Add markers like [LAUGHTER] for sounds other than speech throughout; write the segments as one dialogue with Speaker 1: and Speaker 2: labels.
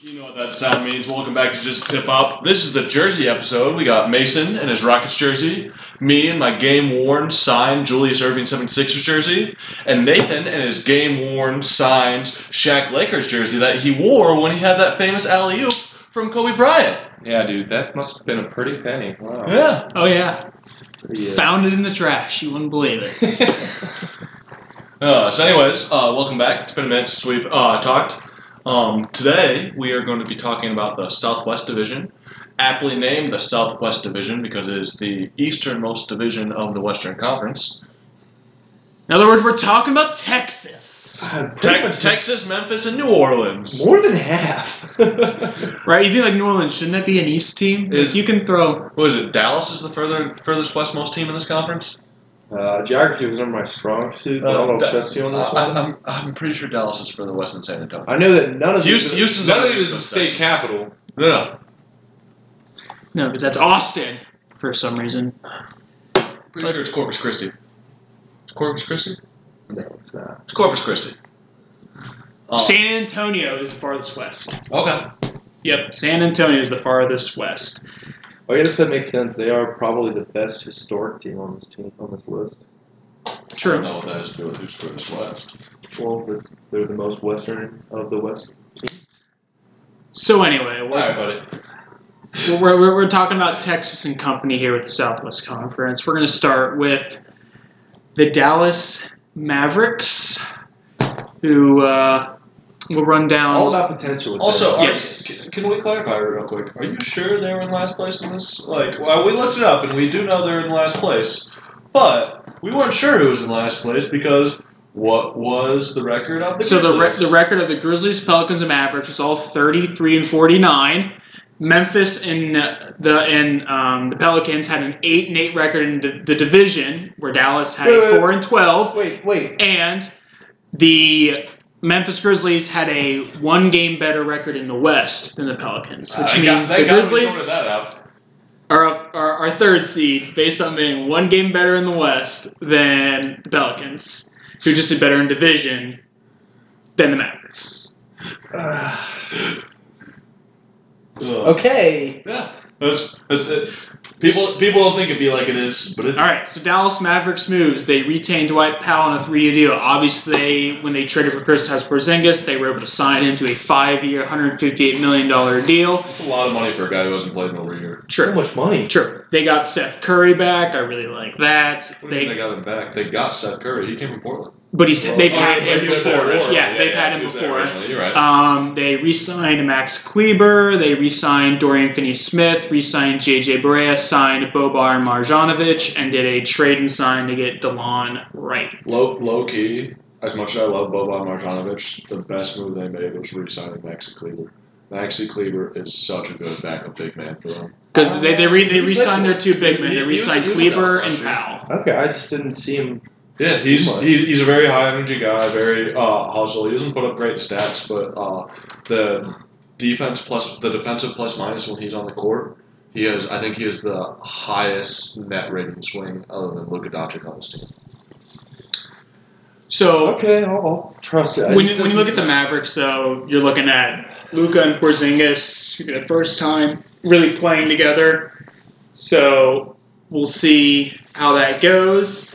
Speaker 1: You know what that sound means. Welcome back to Just Tip Up. This is the jersey episode. We got Mason in his Rockets jersey, me in my game worn signed Julius Irving 76ers jersey, and Nathan in his game worn signed Shaq Lakers jersey that he wore when he had that famous alley oop from Kobe Bryant.
Speaker 2: Yeah, dude, that must have been a pretty penny. Wow.
Speaker 1: Yeah.
Speaker 3: Oh yeah,
Speaker 2: Pretty, uh,
Speaker 3: found it in the trash. You wouldn't believe it. [LAUGHS]
Speaker 1: Uh, so, anyways, uh, welcome back. It's been a minute since we've uh, talked. Um, today, we are going to be talking about the Southwest Division, aptly named the Southwest Division because it is the easternmost division of the Western Conference.
Speaker 3: In other words, we're talking about Texas,
Speaker 1: Te- Texas, Memphis, and New Orleans.
Speaker 2: More than half. [LAUGHS]
Speaker 3: right? You think like New Orleans? Shouldn't that be an East team?
Speaker 1: Is-
Speaker 3: If you can throw,
Speaker 1: What is it? Dallas is the further furthest westmost team in this conference.
Speaker 2: uh, geography was never my strong suit, but I don't know
Speaker 1: Uh,
Speaker 2: if trust you on this
Speaker 1: I,
Speaker 2: one.
Speaker 1: I'm, I'm pretty sure Dallas is further west than San Antonio.
Speaker 2: I know that none of
Speaker 1: Houston,
Speaker 2: these.
Speaker 1: Houston's
Speaker 4: None
Speaker 1: on
Speaker 4: of it is the
Speaker 1: east coast,
Speaker 4: state
Speaker 1: Texas.
Speaker 4: capital.
Speaker 1: No, no.
Speaker 3: no, because that's Austin for some reason.
Speaker 1: Pretty sure it's Corpus Christi. It's Corpus Christi.
Speaker 2: No, it's not.
Speaker 1: It's Corpus Christi. Um,
Speaker 3: San Antonio is the farthest west.
Speaker 1: okay.
Speaker 3: Yep, San Antonio is the farthest west.
Speaker 2: Oh, I guess that makes sense. They are probably the best historic team on this team on this list.
Speaker 1: I don't
Speaker 3: True.
Speaker 1: know what that has to do with who's furthest west.
Speaker 2: Well, that's, they're the most western of the west.
Speaker 3: So anyway,
Speaker 1: All
Speaker 3: we're,
Speaker 1: right, buddy.
Speaker 3: Well, we're, we're, we're talking about Texas and company here with the Southwest Conference. We're going to start with the Dallas Mavericks, who uh, will run down.
Speaker 2: All about potential. with
Speaker 1: Also,
Speaker 2: them.
Speaker 1: are,
Speaker 3: Yes.
Speaker 1: c- can we clarify real quick? Are you sure they're in last place in this? Like, well, we looked it up and we do know they're in last place, but we weren't sure who was in last place because what was the record of the
Speaker 3: so the, re-
Speaker 1: Grizzlies?
Speaker 3: the record of the Grizzlies, Pelicans, and Mavericks is all 33 and 49. Memphis and uh, the and um, the Pelicans had an 8 and 8 record in the, the division, where Dallas had
Speaker 2: Wait,
Speaker 3: a
Speaker 2: wait,
Speaker 3: 4 and 12.
Speaker 2: wait, wait.
Speaker 3: And the Memphis Grizzlies had a one game better record in the West than the Pelicans,
Speaker 1: Uh,
Speaker 3: which
Speaker 1: I got-
Speaker 3: means
Speaker 1: I
Speaker 3: the
Speaker 1: got we sorted
Speaker 3: Grizzlies
Speaker 1: that [SIGHS] out.
Speaker 3: are, up, are are third seed based on being one game better in the West than the Pelicans, who just did better in division than the Mavericks.
Speaker 1: Ugh.
Speaker 2: Okay.
Speaker 1: Yeah, that's that's it. People people don't think it'd be like it is, but it,
Speaker 3: All right, so Dallas Mavericks moves. They retain Dwight Powell in a three-year deal. Obviously, they, when they traded for Kristaps Porzingis, they were able to sign him to a five-year, 158 million dollar deal.
Speaker 1: it's a lot of money for a guy who hasn't played in over a year.
Speaker 3: True.
Speaker 2: So much money.
Speaker 3: True. They got Seth Curry back. I really like that.
Speaker 1: What do you mean
Speaker 3: They,
Speaker 1: got him back. They got Seth Curry. He came from Portland.
Speaker 3: but he's, they've
Speaker 1: Oh,
Speaker 3: had
Speaker 1: yeah,
Speaker 3: him
Speaker 1: he was there
Speaker 3: before.
Speaker 1: originally.
Speaker 3: Yeah, they've had
Speaker 1: he
Speaker 3: him
Speaker 1: was there
Speaker 3: before.
Speaker 1: originally. You're right.
Speaker 3: Um, they re-signed Max Kleber. They re-signed Dorian Finney-Smith. Re-signed J.J. Barea. Signed Bobar and Marjanovic, and did a trade and sign to get DeLon Wright.
Speaker 1: Low, low key, as much as I love Boban Marjanovic, the best move they made was re-signing Maxi Kleber. Maxi Kleber is such a good backup big man for them.
Speaker 3: Because they they, re- they
Speaker 2: Um,
Speaker 3: re-signed their two big men.
Speaker 1: he-
Speaker 3: They
Speaker 1: he
Speaker 3: re-signed
Speaker 1: was- he was
Speaker 3: Kleber
Speaker 1: announced
Speaker 3: and
Speaker 1: last year.
Speaker 3: Powell.
Speaker 2: Okay, I just didn't see him.
Speaker 1: Yeah, he's
Speaker 2: Pretty much.
Speaker 1: he's, he's a very high energy guy, very uh, hustle. He doesn't put up great stats, but uh, the defense plus the defensive plus minus when he's on the court, he is. I think he is the highest net rating swing other than Luka Doncic on this team.
Speaker 3: So
Speaker 2: Okay, I'll, I'll trust it. I
Speaker 3: when you,
Speaker 2: just
Speaker 3: when you
Speaker 2: didn't-
Speaker 3: look at the Mavericks, though, you're looking at Luca and Porzingis the first time really playing together. So we'll see how that goes.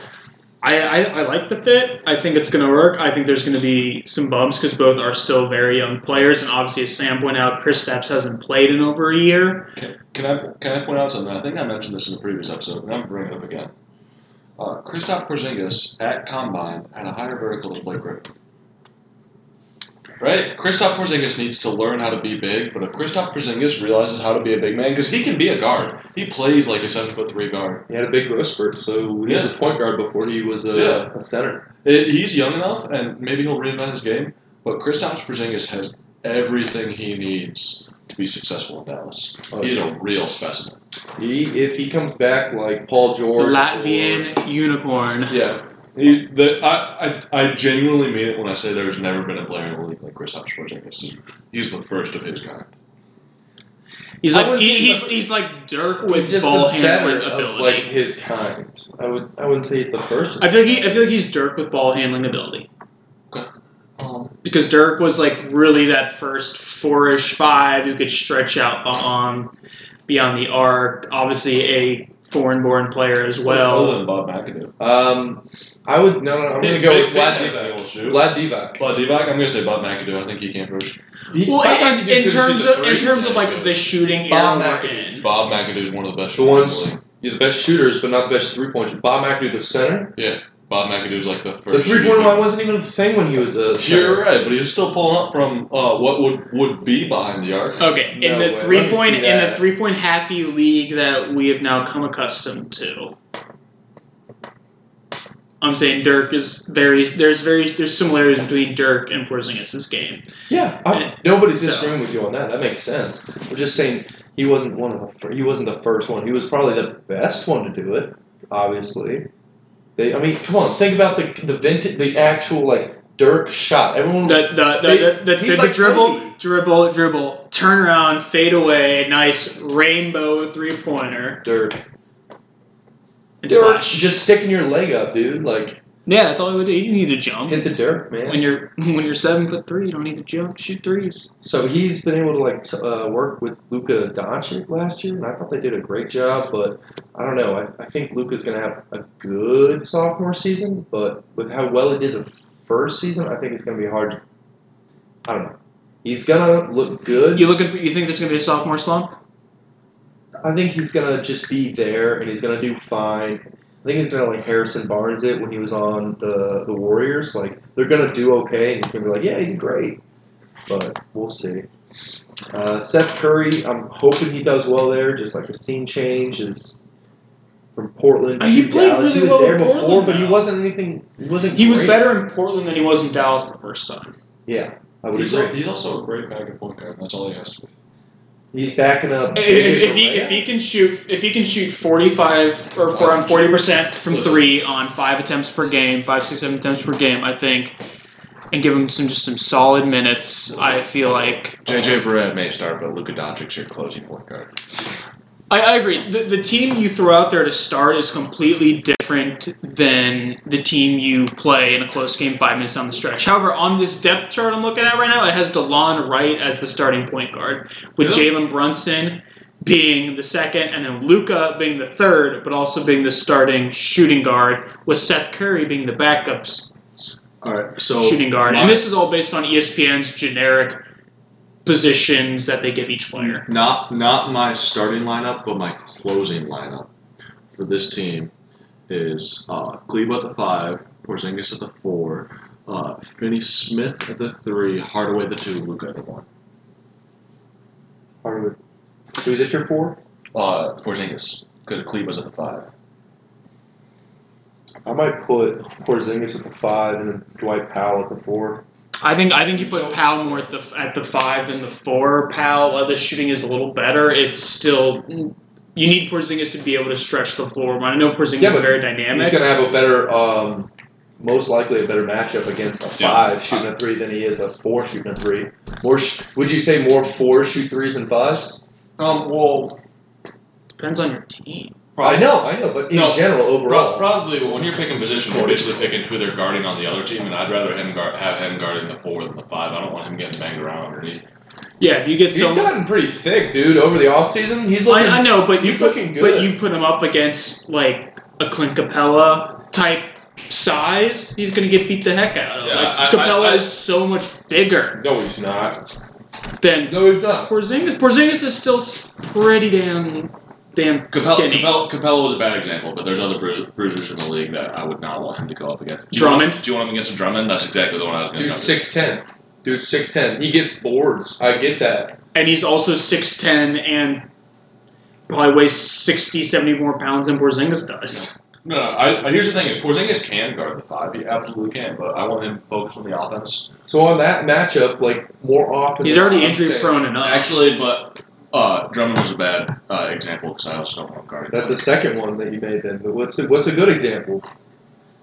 Speaker 3: I, I, I like the fit. I think it's going to work. I think there's going to be some bumps because both are still very young players. And obviously, as Sam pointed out, Chris Stapps hasn't played in over a year.
Speaker 1: Can I can I point out something? I think I mentioned this in the previous episode, and I'm gonna bring it up again. Uh, Christoph Porzingis at combine had a higher vertical than Blake Griffin. Right? Christoph Porzingis needs to learn how to be big, but if Christoph Porzingis realizes how to be a big man, because he can be a guard, he plays like a seven foot three guard.
Speaker 2: He had a big growth spurt, so he was a point guard before he was a,
Speaker 1: Yeah.
Speaker 2: a center.
Speaker 1: I- Uh, he's young enough, and maybe he'll reinvent his game. But Christoph Porzingis has everything he needs to be successful in Dallas. He is a real specimen.
Speaker 2: He, if he comes back like Paul
Speaker 3: The
Speaker 2: George, or-
Speaker 3: Latvian unicorn.
Speaker 1: Yeah. He, the, I, I, I genuinely mean it when I say there's never been a player in the league like Kristaps Porzingis. He's the first of his kind.
Speaker 3: He's
Speaker 2: I
Speaker 3: like
Speaker 2: wouldn't
Speaker 3: he,
Speaker 2: say
Speaker 3: he's,
Speaker 2: that-
Speaker 3: he's like Dirk
Speaker 2: he's
Speaker 3: with
Speaker 2: just
Speaker 3: ball
Speaker 2: the better
Speaker 3: handling
Speaker 2: of
Speaker 3: ability.
Speaker 2: like his kind. I would, I wouldn't say he's the first.
Speaker 3: I feel like he, I feel like he's Dirk with ball handling ability.
Speaker 1: Um,
Speaker 3: because Dirk was like really that first four-ish five who could stretch out um, beyond the arc. Obviously, a foreign-born player as Oh, well.
Speaker 1: Other than Bob McAdoo.
Speaker 2: Um, I would no, no. no I'm gonna go
Speaker 1: Big
Speaker 2: with Vlad
Speaker 1: fan of
Speaker 2: Divac.
Speaker 1: that old shoot.
Speaker 2: Vlad Divac.
Speaker 1: Vlad Divac? I'm going to say Bob McAdoo. I think he came first.
Speaker 3: Well,
Speaker 2: I thought
Speaker 3: in,
Speaker 2: you did
Speaker 3: in
Speaker 2: good see
Speaker 3: terms
Speaker 2: the
Speaker 3: of in
Speaker 2: three.
Speaker 3: terms of like the shooting era
Speaker 2: Bob
Speaker 3: we're
Speaker 2: McAdoo.
Speaker 3: in.
Speaker 1: Bob McAdoo is one of the best
Speaker 2: The
Speaker 1: shooters in
Speaker 2: ones-
Speaker 1: the league.
Speaker 2: You're the best shooters, but not the best three point. Bob McAdoo, the center.
Speaker 1: Bob McAdoo is like the first.
Speaker 2: The three point
Speaker 1: shooter.
Speaker 2: line wasn't even a thing when he was a.
Speaker 1: You're
Speaker 2: Center.
Speaker 1: right, but he was still pulling up from uh, what would would be behind the arc.
Speaker 3: Okay, in
Speaker 2: No way. Let
Speaker 3: the
Speaker 2: me
Speaker 3: three point
Speaker 2: see
Speaker 3: in the
Speaker 2: that.
Speaker 3: three point happy league that we have now come accustomed to. I'm saying Dirk is very there's very there's similarities between Dirk and Porzingis' game.
Speaker 2: Yeah, I, nobody's
Speaker 3: So-
Speaker 2: disagreeing with you on that. That makes sense. We're just saying he wasn't one of the fir- he wasn't the first one. He was probably the best one to do it. Obviously, they. I mean, come on, think about the the vintage, the actual like Dirk shot. Everyone.
Speaker 3: The the the,
Speaker 2: They-
Speaker 3: the, the,
Speaker 2: he's
Speaker 3: the
Speaker 2: like
Speaker 3: dribble
Speaker 2: Kobe.
Speaker 3: dribble dribble turn around fade away nice rainbow three pointer
Speaker 2: Dirk.
Speaker 3: and
Speaker 2: Dirk,
Speaker 3: slash.
Speaker 2: just sticking your leg up, dude. Like
Speaker 3: yeah, that's all you would do. You need to jump
Speaker 2: hit the Dirk, man.
Speaker 3: [LAUGHS] when you're when you're seven foot three. You don't need to jump. Shoot threes.
Speaker 2: So he's been able to like t- uh, work with Luka Doncic last year, and I thought they did a great job. But I don't know. I, I think Luka's going to have a good sophomore season, but with how well he did the first season, I think it's going to be hard. I don't know. He's going to look good.
Speaker 3: You looking for? You think there's gonna be a sophomore slump?
Speaker 2: I think he's going to just be there, and he's going to do fine. I think he's going to like Harrison Barnes it when he was on the the Warriors. Like they're going to do okay, and he's going to be like, yeah, he did great. But we'll see. Uh, Seth Curry, I'm hoping he does well there. Just like the scene change is from Portland.
Speaker 3: He
Speaker 2: to
Speaker 3: played
Speaker 2: Dallas.
Speaker 3: really
Speaker 2: he was
Speaker 3: well
Speaker 2: there
Speaker 3: in
Speaker 2: before,
Speaker 3: Portland,
Speaker 2: but he
Speaker 3: though.
Speaker 2: wasn't anything. He wasn't.
Speaker 3: He was
Speaker 2: great.
Speaker 3: better in Portland than he was in Dallas the first time.
Speaker 2: Yeah, I would
Speaker 1: He's,
Speaker 2: agree.
Speaker 1: al- he's also a great backup point guard. That's all he has to be.
Speaker 2: He's backing up.
Speaker 3: If,
Speaker 2: JJ
Speaker 3: if he if he can shoot if he can shoot forty five or for on forty percent from three on five attempts per game, five six seven attempts per game, I think, and give him some just some solid minutes. I feel like
Speaker 1: JJ Barrett may start, but Luka Doncic's your closing point guard.
Speaker 3: I, I agree. The, the team you throw out there to start is completely different than the team you play in a close game five minutes on the stretch. However, on this depth chart I'm looking at right now, it has DeLon Wright as the starting point guard, with
Speaker 1: Yeah.
Speaker 3: Jalen Brunson being the second, and then Luca being the third, but also being the starting shooting guard, with Seth Curry being the backup s-
Speaker 1: All right, so
Speaker 3: shooting guard.
Speaker 1: my-
Speaker 3: And this is all based on E ESPN's generic positions that they give each player.
Speaker 1: Not not my starting lineup, but my closing lineup for this team is uh, Kleba at the five, Porzingis at the four, uh, Finney Smith at the three, Hardaway at the two, Luka at the one.
Speaker 2: Hardwood. Who's at your four?
Speaker 1: Uh, Porzingis, because Kleba's at the five.
Speaker 2: I might put Porzingis at the five and then Dwight Powell at the four.
Speaker 3: I think I think you put Powell more at the at the five than the four. Powell, while the shooting is a little better, it's still you need Porzingis to be able to stretch the floor. I know Porzingis
Speaker 2: Yeah,
Speaker 3: is
Speaker 2: but
Speaker 3: very
Speaker 2: And he's
Speaker 3: dynamic.
Speaker 2: going to have a better, um, most likely a better matchup against a
Speaker 1: Yeah.
Speaker 2: five shooting a three than he is a four shooting a three. More, sh- would you say more fours shoot threes than fives?
Speaker 1: Um, well,
Speaker 3: Depends on your team.
Speaker 2: I know, I know, but in
Speaker 1: No.
Speaker 2: general,
Speaker 1: pro-
Speaker 2: overall,
Speaker 1: probably when you're picking position, we're basically picking who they're guarding on the other team, and I'd rather him guard, have him guarding the four than the five. I don't want him getting banged around underneath.
Speaker 3: Yeah, if you get
Speaker 2: he's
Speaker 3: so
Speaker 2: gotten pretty thick, dude. Over the offseason, he's
Speaker 3: I,
Speaker 2: looking.
Speaker 3: I know, but you
Speaker 2: he's
Speaker 3: put,
Speaker 2: looking
Speaker 3: but
Speaker 2: good.
Speaker 3: you put him up against like a Clint Capella type size, he's gonna get beat the heck out of.
Speaker 1: Yeah,
Speaker 3: like,
Speaker 1: I- I-
Speaker 3: Capella
Speaker 1: I-
Speaker 3: is so much bigger
Speaker 2: no, he's not.
Speaker 3: than
Speaker 2: No, he's not.
Speaker 3: Porzingis. Porzingis is still s- pretty damn damn
Speaker 1: Capella,
Speaker 3: skinny.
Speaker 1: Capella, Capella was a bad example, but there's other bru- bruisers in the league that I would not want him to go up against. Do you want-
Speaker 3: Drummond?
Speaker 1: do you want him against Drummond? That's exactly the one I was going to
Speaker 2: Dude, six ten. Dude, six ten. He gets boards. I get that.
Speaker 3: and he's also 6'10 and probably weighs 60, 70 more pounds than Porzingis does.
Speaker 1: No, no. I, I, here's the thing: is Porzingis can guard the five. He absolutely can, but I want him focused on the offense.
Speaker 2: So on that matchup, like more often,
Speaker 3: He's already
Speaker 2: I'm
Speaker 3: injury
Speaker 2: saying-
Speaker 3: prone enough.
Speaker 1: Actually, but uh, Drummond was a bad uh, example because I also don't want him guarding.
Speaker 2: That's the second one that you made then. But what's a, what's a good example?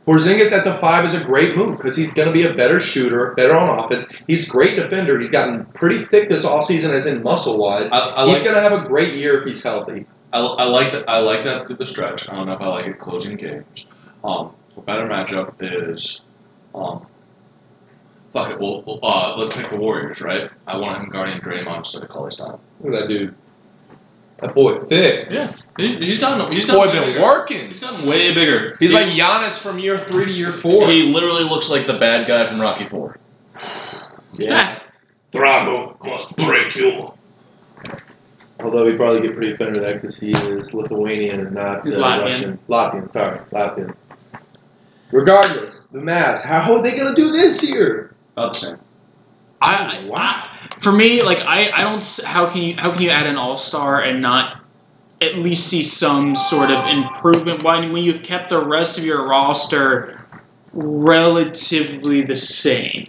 Speaker 2: Porzingis at the five is a great move because he's going to be a better shooter, better on offense. He's a great defender. He's gotten pretty thick this offseason, as in muscle wise.
Speaker 1: I, I
Speaker 2: He's
Speaker 1: like
Speaker 2: going to have a great year if he's healthy.
Speaker 1: I, I like that I like that through the stretch. I don't know if I like it closing games. Um, a better matchup is um, Fuck it. We'll, we'll, uh, let's pick the Warriors, right? I want him guarding Draymond instead of Colley Stein.
Speaker 2: Look at that dude. That boy thick.
Speaker 1: He, he's gotten he's
Speaker 5: Boy,
Speaker 1: gotten way
Speaker 5: been
Speaker 1: bigger.
Speaker 5: working.
Speaker 1: He's gotten way bigger.
Speaker 5: He's
Speaker 1: He-
Speaker 5: like Giannis from year three to year four.
Speaker 1: he literally looks like the bad guy from Rocky Four.
Speaker 5: Drago must break you.
Speaker 2: Although he'd probably get pretty offended at that because he is Lithuanian and not
Speaker 3: He's
Speaker 2: uh,
Speaker 3: Latvian.
Speaker 2: Russian. Latvian, sorry, Latvian. Regardless, the Mavs, how are they gonna do this year?
Speaker 1: Upset.
Speaker 3: I wow. For me, like I, I don't. s- How can you how can you add an all star and not at least see some sort of improvement when when you've kept the rest of your roster relatively the same?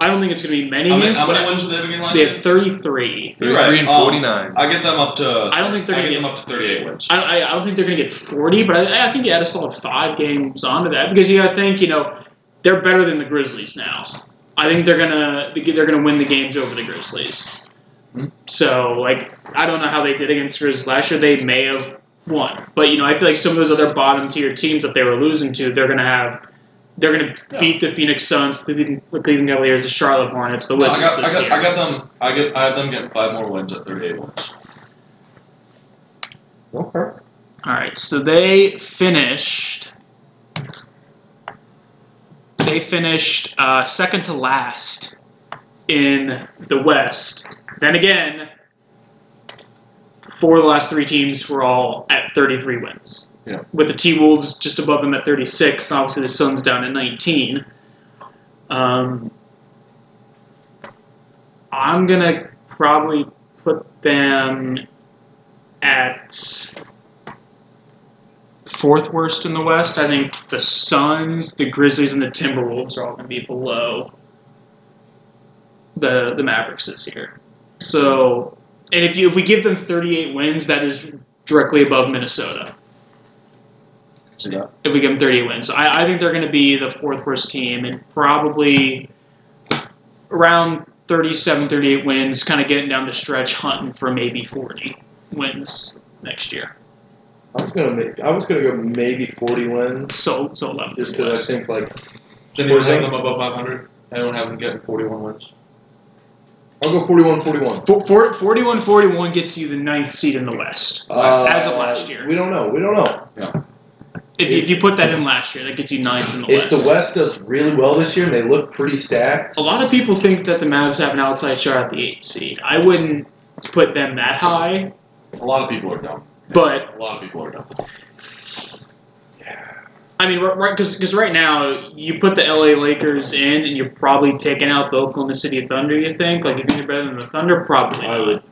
Speaker 3: I don't think it's going to be many
Speaker 1: How many,
Speaker 3: games,
Speaker 1: how many
Speaker 3: but
Speaker 1: wins did they begin last
Speaker 3: they
Speaker 1: year?
Speaker 3: have thirty three.
Speaker 1: You're
Speaker 5: Three and
Speaker 1: right. Um,
Speaker 5: forty nine.
Speaker 1: I get them up to.
Speaker 3: I don't think they're
Speaker 1: I
Speaker 3: going
Speaker 1: get
Speaker 3: to
Speaker 1: them
Speaker 3: get.
Speaker 1: up to 38 wins.
Speaker 3: I don't, I I don't think they're going to get forty, but I, I think you add a solid five games onto that because you got to think you know they're better than the Grizzlies now. I think they're gonna they're gonna win the games over the Grizzlies.
Speaker 1: Hmm.
Speaker 3: So like I don't know how they did against the Grizzlies last year. They may have won, but you know I feel like some of those other bottom tier teams that they were losing to, they're gonna have they're gonna
Speaker 1: Yeah.
Speaker 3: beat the Phoenix Suns, the Cleveland the Cleveland Cavaliers, the Charlotte Hornets, the
Speaker 1: No, I
Speaker 3: Wizards
Speaker 1: got, I
Speaker 3: this
Speaker 1: got,
Speaker 3: year.
Speaker 1: I got them. I get. I have them getting five more wins at 38 wins.
Speaker 2: Okay.
Speaker 3: All right, so they finished. They finished uh, second to last in the West. Then again, four of the last three teams were all at 33 wins.
Speaker 1: Yeah.
Speaker 3: With the T Wolves just above them at 36, and obviously the Suns down at 19. Um, I'm gonna probably put them at fourth worst in the West. I think the Suns, the Grizzlies, and the Timberwolves are all going to be below the the Mavericks this year. So, and if you if we give them 38 wins, that is directly above Minnesota.
Speaker 1: So yeah.
Speaker 3: If we give them 38 wins, I, I think they're going to be the fourth worst team and probably around 37, 38 wins, kind of getting down the stretch, hunting for maybe 40 wins next year.
Speaker 2: I was gonna make. I was gonna go maybe 40 wins,
Speaker 3: So, so 11.
Speaker 2: just because I think like
Speaker 1: Does anyone
Speaker 2: Where's
Speaker 1: have
Speaker 2: that?
Speaker 1: them above 500? Anyone have them getting 41 wins?
Speaker 2: I'll go 41, 41.
Speaker 3: For- for- 41 41 gets you the ninth seed in the West.
Speaker 2: Uh,
Speaker 3: As of last year.
Speaker 2: we don't know. We don't know.
Speaker 3: If, you- if you put that in last year, that gets you ninth in the
Speaker 2: If
Speaker 3: West.
Speaker 2: the West does really well this year and they look pretty stacked,
Speaker 3: A lot of people think that the Mavs have an outside shot at the eighth seed. I wouldn't put them that high,
Speaker 1: A lot of people are dumb.
Speaker 3: but
Speaker 1: A lot of people are dumb.
Speaker 3: I mean, right because because right now you put the LA Lakers in, and you're probably taking out the Oklahoma City Thunder. You think like you think you're better than the Thunder? Probably.
Speaker 2: I
Speaker 3: not.
Speaker 2: would.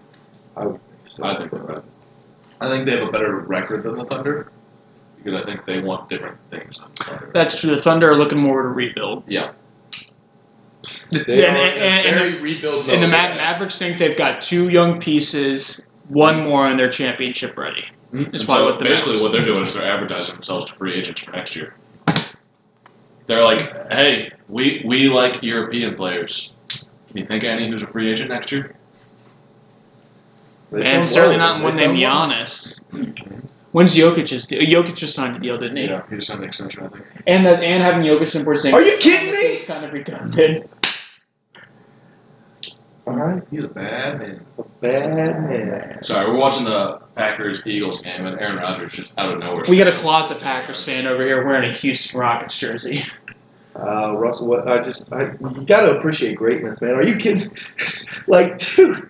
Speaker 2: I would. think so.
Speaker 1: I think they're better. I think they have a better record than the Thunder because I think they want different things. Than the Thunder.
Speaker 3: That's true. The Thunder are looking more to rebuild.
Speaker 1: Yeah.
Speaker 2: They
Speaker 3: and-
Speaker 2: are in a
Speaker 3: and- and-
Speaker 2: very rebuild
Speaker 3: and the
Speaker 2: mode.
Speaker 3: Ma- Mavericks think they've got two young pieces, one more, and they're championship ready. It's
Speaker 1: And
Speaker 3: probably
Speaker 1: so
Speaker 3: what the
Speaker 1: basically
Speaker 3: Mavericks-
Speaker 1: what they're doing is they're advertising themselves to free agents for next year. They're like, hey, we we like European players. Can you think of any who's a free agent next year?
Speaker 2: They've done
Speaker 3: And certainly
Speaker 2: well.
Speaker 3: not one
Speaker 2: They've
Speaker 3: named
Speaker 2: done well.
Speaker 3: Giannis. When's Jokic's deal? Jokic just signed a deal, didn't he?
Speaker 1: Yeah, he just signed an extension, I think.
Speaker 3: And that and having Jokic and Porzingis.
Speaker 2: Are you kidding me?
Speaker 3: It's kind of redundant.
Speaker 2: Alright,
Speaker 1: He's a bad man.
Speaker 2: he's a bad man.
Speaker 1: Sorry, we're watching the Packers Eagles game, and Aaron Rodgers just out of nowhere.
Speaker 3: We got a closet Packers fan over here wearing a Houston Rockets jersey.
Speaker 2: Uh, Russell, what, I just, I, you gotta appreciate greatness, man. Are you kidding? [LAUGHS] like, dude.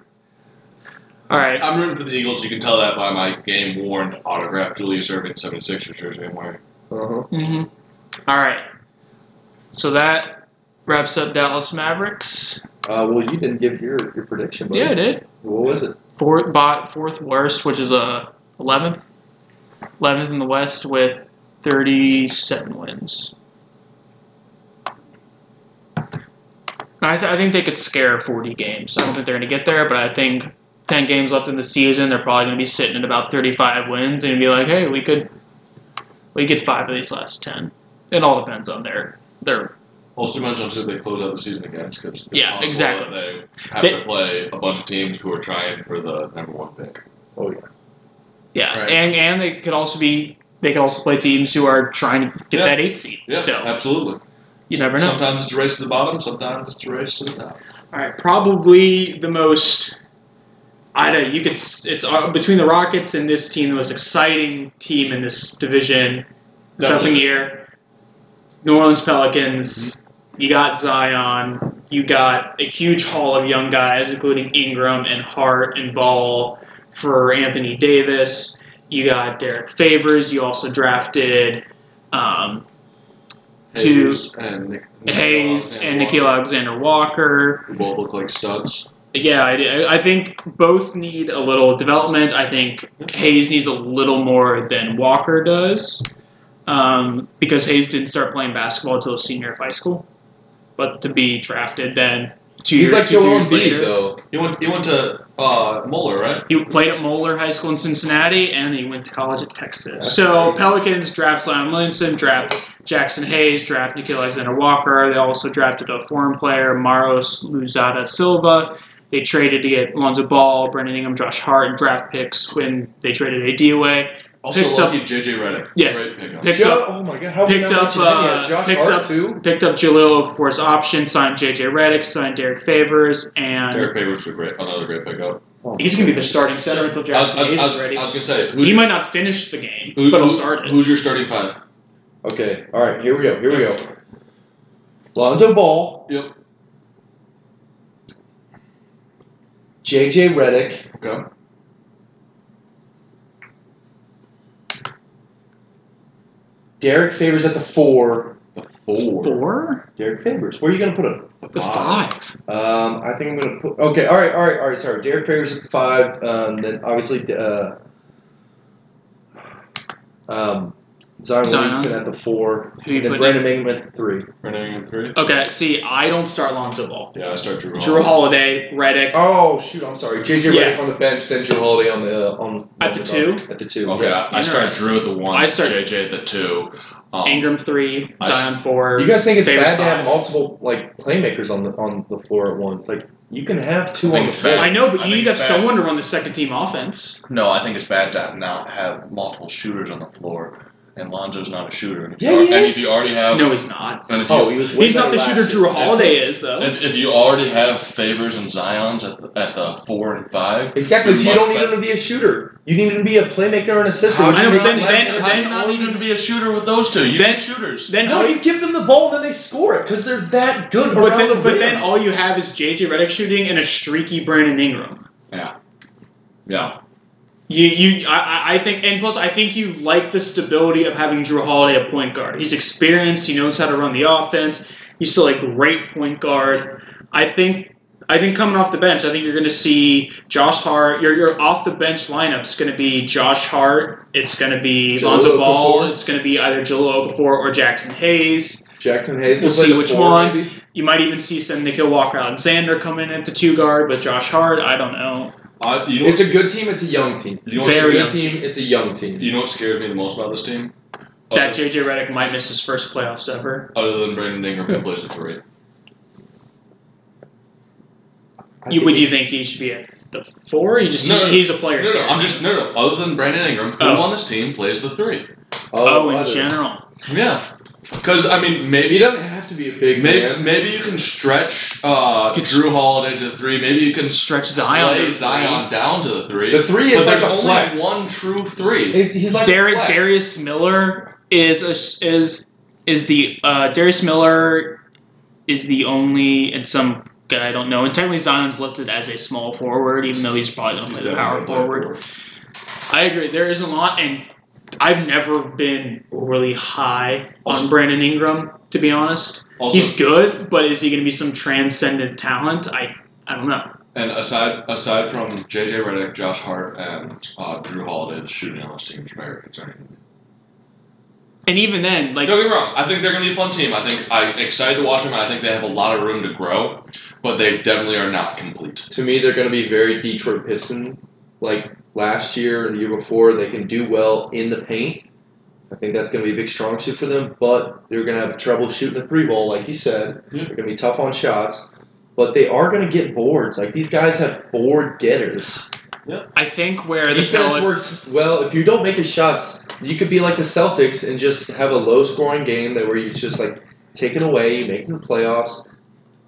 Speaker 3: All right.
Speaker 1: I'm rooting for the Eagles. You can tell that by my game worn autograph Julius Irving 76ers jersey I'm wearing.
Speaker 2: Uh-huh.
Speaker 3: Mm-hmm. All right. So that wraps up Dallas Mavericks.
Speaker 2: Uh, well, you didn't give your, your prediction, buddy.
Speaker 3: Yeah, I did.
Speaker 2: What was it?
Speaker 3: Fourth, bot, fourth worst, which is a eleventh, eleventh in the West with thirty-seven wins. I, th- I think they could scare forty games. I don't think they're going to get there, but I think ten games left in the season, they're probably going to be sitting at about thirty-five wins and be like, "Hey, we could, we get five of these last ten. It all depends on their their.
Speaker 1: Also depends on who they close out the season against, because
Speaker 3: Yeah, exactly.
Speaker 1: They have
Speaker 3: They-
Speaker 1: to play a bunch of teams who are trying for the number one pick.
Speaker 2: Oh, yeah.
Speaker 3: Yeah,
Speaker 1: Right.
Speaker 3: and and they could also be they could also play teams who are trying to get
Speaker 1: Yeah.
Speaker 3: that eight seed.
Speaker 1: Yeah,
Speaker 3: so
Speaker 1: absolutely.
Speaker 3: You never know.
Speaker 1: Sometimes it's a race to the bottom. Sometimes it's a race to the top.
Speaker 3: All right, probably the most. I don't. You could. s- It's uh, between the Rockets and this team, the most exciting team in this division. It's up in the air. New Orleans Pelicans. You got Zion. You got a huge haul of young guys, including Ingram and Hart and Ball for Anthony Davis. You got Derek Favors. You also drafted um, Two.
Speaker 1: Hayes and Nick,
Speaker 3: Hayes and Nikhil Alexander Walker.
Speaker 1: Who both look like studs.
Speaker 3: Yeah, I, do. I think both need a little development. I think Hayes needs a little more than Walker does um, because Hayes didn't start playing basketball until his senior year of high school. But to be drafted then two
Speaker 2: He's
Speaker 3: years,
Speaker 2: like
Speaker 3: two
Speaker 2: Joel
Speaker 3: years
Speaker 2: Embiid,
Speaker 3: later,
Speaker 2: though.
Speaker 1: He went. He went to uh, Muller, right?
Speaker 3: he played at Moeller High School in Cincinnati and he went to college at Texas. so
Speaker 2: crazy.
Speaker 3: Pelicans draft Zion Williamson, draft Jackson Hayes, draft Nikhil Alexander Walker. They also drafted a foreign player, Maros Luzada Silva. They traded to get Lonzo Ball, Brendan Ingram, Josh Hart, and draft picks when they traded AD away.
Speaker 1: Also
Speaker 3: Picked
Speaker 1: lucky JJ Redick.
Speaker 3: Yes.
Speaker 1: Great pickup.
Speaker 3: Picked
Speaker 2: Joe,
Speaker 3: up,
Speaker 2: oh my god, how
Speaker 3: picked
Speaker 2: we not
Speaker 3: up,
Speaker 2: mentioned him yet?
Speaker 3: uh,
Speaker 2: Josh
Speaker 3: picked
Speaker 2: Hart
Speaker 3: up-
Speaker 2: too.
Speaker 3: picked up Jalil Okafor's option, signed J.J. Redick, signed Derek Favors, and
Speaker 1: Derek Favors was a great, another great pickup.
Speaker 3: he's going to be the starting center until
Speaker 1: I was,
Speaker 3: Jackson
Speaker 1: I was,
Speaker 3: Hayes
Speaker 1: I was,
Speaker 3: is
Speaker 1: I
Speaker 3: ready.
Speaker 1: was gonna say who's
Speaker 3: He
Speaker 1: your-
Speaker 3: might not finish the game,
Speaker 1: who-
Speaker 3: but he'll
Speaker 1: who-
Speaker 3: start it.
Speaker 1: Who's your starting five?
Speaker 2: Okay, all right, here we go. Here we go. Lonzo Ball,
Speaker 1: Yep.
Speaker 2: JJ Redick,
Speaker 1: Okay.
Speaker 2: Derek Favors at the four.
Speaker 1: Four.
Speaker 3: Four?
Speaker 2: Derek Favors, where are you gonna put him?
Speaker 3: The five.
Speaker 2: Um, I think I'm gonna put. Okay, all right, all right, all right. Sorry, Derek Favors at the five. Um, then obviously, uh, um, Zion,
Speaker 3: Zion.
Speaker 2: Williamson at the four.
Speaker 3: Who you
Speaker 2: then
Speaker 3: put
Speaker 2: Brandon Ingram at the three.
Speaker 1: Renee in three.
Speaker 3: Okay, see, I don't start Lonzo Ball.
Speaker 1: Yeah, I start Drew.
Speaker 3: Drew Holiday, Reddick
Speaker 2: Oh shoot, I'm sorry. JJ
Speaker 3: Yeah.
Speaker 2: Redick on the bench, then Drew Holiday on the uh, on
Speaker 3: At the
Speaker 2: on
Speaker 3: two?
Speaker 2: at the two.
Speaker 1: Okay, I, I start
Speaker 3: Interesting.
Speaker 1: Drew at the one.
Speaker 3: I start-
Speaker 1: JJ at the two. Um,
Speaker 3: Ingram three,
Speaker 1: I-
Speaker 3: Zion four.
Speaker 2: Oh. You guys think it's
Speaker 3: Favors
Speaker 2: bad to have
Speaker 3: five.
Speaker 2: multiple like playmakers on the on the floor at once? Like you can have two
Speaker 1: I
Speaker 2: on
Speaker 1: think
Speaker 2: the
Speaker 1: it's
Speaker 2: floor.
Speaker 1: bad.
Speaker 3: I know, but
Speaker 1: I
Speaker 3: you need
Speaker 1: think
Speaker 3: to have
Speaker 1: that-
Speaker 3: someone to run the second team offense.
Speaker 1: No, I think it's bad to not have multiple shooters on the floor, and Lonzo's not a shooter. And if,
Speaker 2: Yeah,
Speaker 1: you,
Speaker 2: he
Speaker 1: and
Speaker 2: is.
Speaker 1: if you already have,
Speaker 3: No, he's not.
Speaker 1: and if you,
Speaker 2: Oh, he was. way
Speaker 3: He's not
Speaker 2: better
Speaker 3: the
Speaker 2: Oh. last
Speaker 3: shooter
Speaker 2: year.
Speaker 3: Drew Holiday is though.
Speaker 1: if, if you already have Favors and Zion's at the, at the four and five,
Speaker 2: Exactly. So you
Speaker 1: Much
Speaker 2: don't need
Speaker 1: better.
Speaker 2: him to be a shooter. You need him to be a playmaker and assist.
Speaker 3: How
Speaker 2: which
Speaker 3: do you
Speaker 2: makes
Speaker 3: then-
Speaker 2: him-
Speaker 3: then-
Speaker 1: how do you not need him to be a shooter with those two? You
Speaker 3: Then-
Speaker 1: need shooters.
Speaker 3: Then
Speaker 2: No,
Speaker 3: all
Speaker 2: you give them the ball and then they score it because they're that good
Speaker 3: but
Speaker 2: around
Speaker 3: then,
Speaker 2: the
Speaker 3: but
Speaker 2: rim.
Speaker 3: then all you have is JJ Redick shooting and a streaky Brandon Ingram.
Speaker 1: yeah,
Speaker 3: You, you, I- I, I think, and plus, I think you like the stability of having Drew Holiday a point guard. He's experienced. He knows how to run the offense. He's still a great point guard. I think, I think coming off the bench, I think you're going to see Josh Hart. Your your off the bench lineup's going to be Josh Hart. It's going to be
Speaker 2: Jahlil
Speaker 3: Lonzo Ball.
Speaker 2: Okafor.
Speaker 3: It's going to be either Jalil Okafor or Jackson Hayes.
Speaker 2: Jackson Hayes.
Speaker 3: We'll
Speaker 2: will play
Speaker 3: see
Speaker 2: the
Speaker 3: which
Speaker 2: four,
Speaker 3: one.
Speaker 2: maybe.
Speaker 3: You might even see some Nikhil Walker Alexander coming in at the two guard with Josh Hart. I don't know.
Speaker 1: I, you know
Speaker 2: It's
Speaker 1: what's-
Speaker 2: a good team. It's a young team.
Speaker 1: you know,
Speaker 2: It's a
Speaker 3: Very
Speaker 1: what's,
Speaker 2: good
Speaker 3: young
Speaker 2: team. It's a young team.
Speaker 1: you know what scares me the most about this team?
Speaker 3: That JJ Redick might miss his first playoffs ever.
Speaker 1: other than Brandon Ingram, who plays the [LAUGHS] three.
Speaker 3: You, would you think he should be at the four? You just
Speaker 1: No, no,
Speaker 3: he's a player.
Speaker 1: No, no,
Speaker 3: scares
Speaker 1: I'm
Speaker 3: you.
Speaker 1: just no, no. Other than Brandon Ingram, who
Speaker 3: Oh.
Speaker 1: on this team plays the three?
Speaker 3: oh, in
Speaker 2: other-
Speaker 3: general.
Speaker 1: Yeah, because I mean, maybe
Speaker 2: He doesn't have to be a big
Speaker 1: Maybe,
Speaker 2: man.
Speaker 1: maybe you can stretch uh,
Speaker 3: Could-
Speaker 1: Drew Holiday to the three. Maybe you can
Speaker 3: Stretch
Speaker 1: play Zion down to the three.
Speaker 2: The three is
Speaker 1: but
Speaker 2: like
Speaker 1: there's
Speaker 2: a
Speaker 1: only
Speaker 2: flex.
Speaker 1: one true three.
Speaker 2: It's- he's like a
Speaker 3: Derek
Speaker 2: flex.
Speaker 3: Darius Miller is a, is is the uh, Darius Miller is the only and some guy I don't know. And technically Zion's listed as a small forward, even though he's probably going to play the power forward. I agree. There is a lot, and I've never been really high on
Speaker 1: Also-
Speaker 3: Brandon Ingram. To be honest,
Speaker 1: Also,
Speaker 3: he's good, but is he going to be some transcendent talent? I I don't know.
Speaker 1: and aside aside from JJ Redick, Josh Hart, and uh, Drew Holiday, the shooting on this team is very concerning.
Speaker 3: And even then, like
Speaker 1: Don't get me wrong. I think they're going to be a fun team. I think I'm excited to watch them. and I think they have a lot of room to grow, but they definitely are not complete.
Speaker 2: To me, they're going to be very Detroit Piston. Like last year and the year before, they can do well in the paint. I think that's going to be a big strong suit for them, but they're going to have trouble shooting the three ball, like you said.
Speaker 3: Mm-hmm.
Speaker 1: Yeah.
Speaker 2: They're going to be tough on shots, but they are going to get boards. Like these guys have board getters.
Speaker 3: I think where the
Speaker 2: Defense
Speaker 3: Pelicans,
Speaker 2: works well. If you don't make your shots, you could be like the Celtics and just have a low scoring game that where you just like taken away. You make it to the playoffs,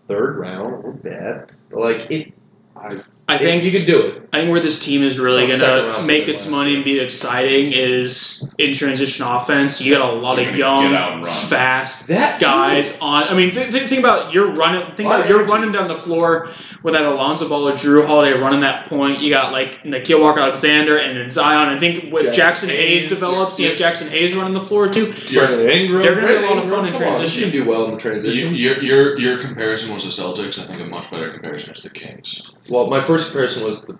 Speaker 2: third round, we're bad. But like it, I,
Speaker 3: I
Speaker 2: it-
Speaker 3: think
Speaker 2: you could do it.
Speaker 3: I think where this team is really
Speaker 2: Well, second
Speaker 3: gonna
Speaker 2: round
Speaker 3: make
Speaker 2: pick
Speaker 3: its
Speaker 2: last
Speaker 3: money and be exciting is in transition offense. You got a lot
Speaker 6: They're
Speaker 3: of
Speaker 6: gonna get out
Speaker 3: young,
Speaker 6: and run.
Speaker 3: fast
Speaker 2: That
Speaker 3: guys on. I mean, th- th- think about you're running. Think
Speaker 2: Lot
Speaker 3: about
Speaker 2: of
Speaker 3: you're
Speaker 2: energy.
Speaker 3: running down the floor with that Alonzo Ball or Drew Holiday running that point. You got like Nikhil Walker Alexander and then Zion. I think with
Speaker 2: Jackson
Speaker 3: Jackson Hayes
Speaker 2: Hayes,
Speaker 3: develops, you
Speaker 2: yeah.
Speaker 3: have Jackson Hayes running the floor too.
Speaker 6: Your,
Speaker 2: Brandon Ingram,
Speaker 3: They're gonna
Speaker 2: Brandon
Speaker 3: have a lot of
Speaker 2: Ingram,
Speaker 3: fun in
Speaker 2: come on,
Speaker 3: transition.
Speaker 2: You can do well in the
Speaker 6: you-
Speaker 2: transition.
Speaker 6: your, your, your comparison was the Celtics. I think a much better comparison is the Kings.
Speaker 2: Well, my first comparison was the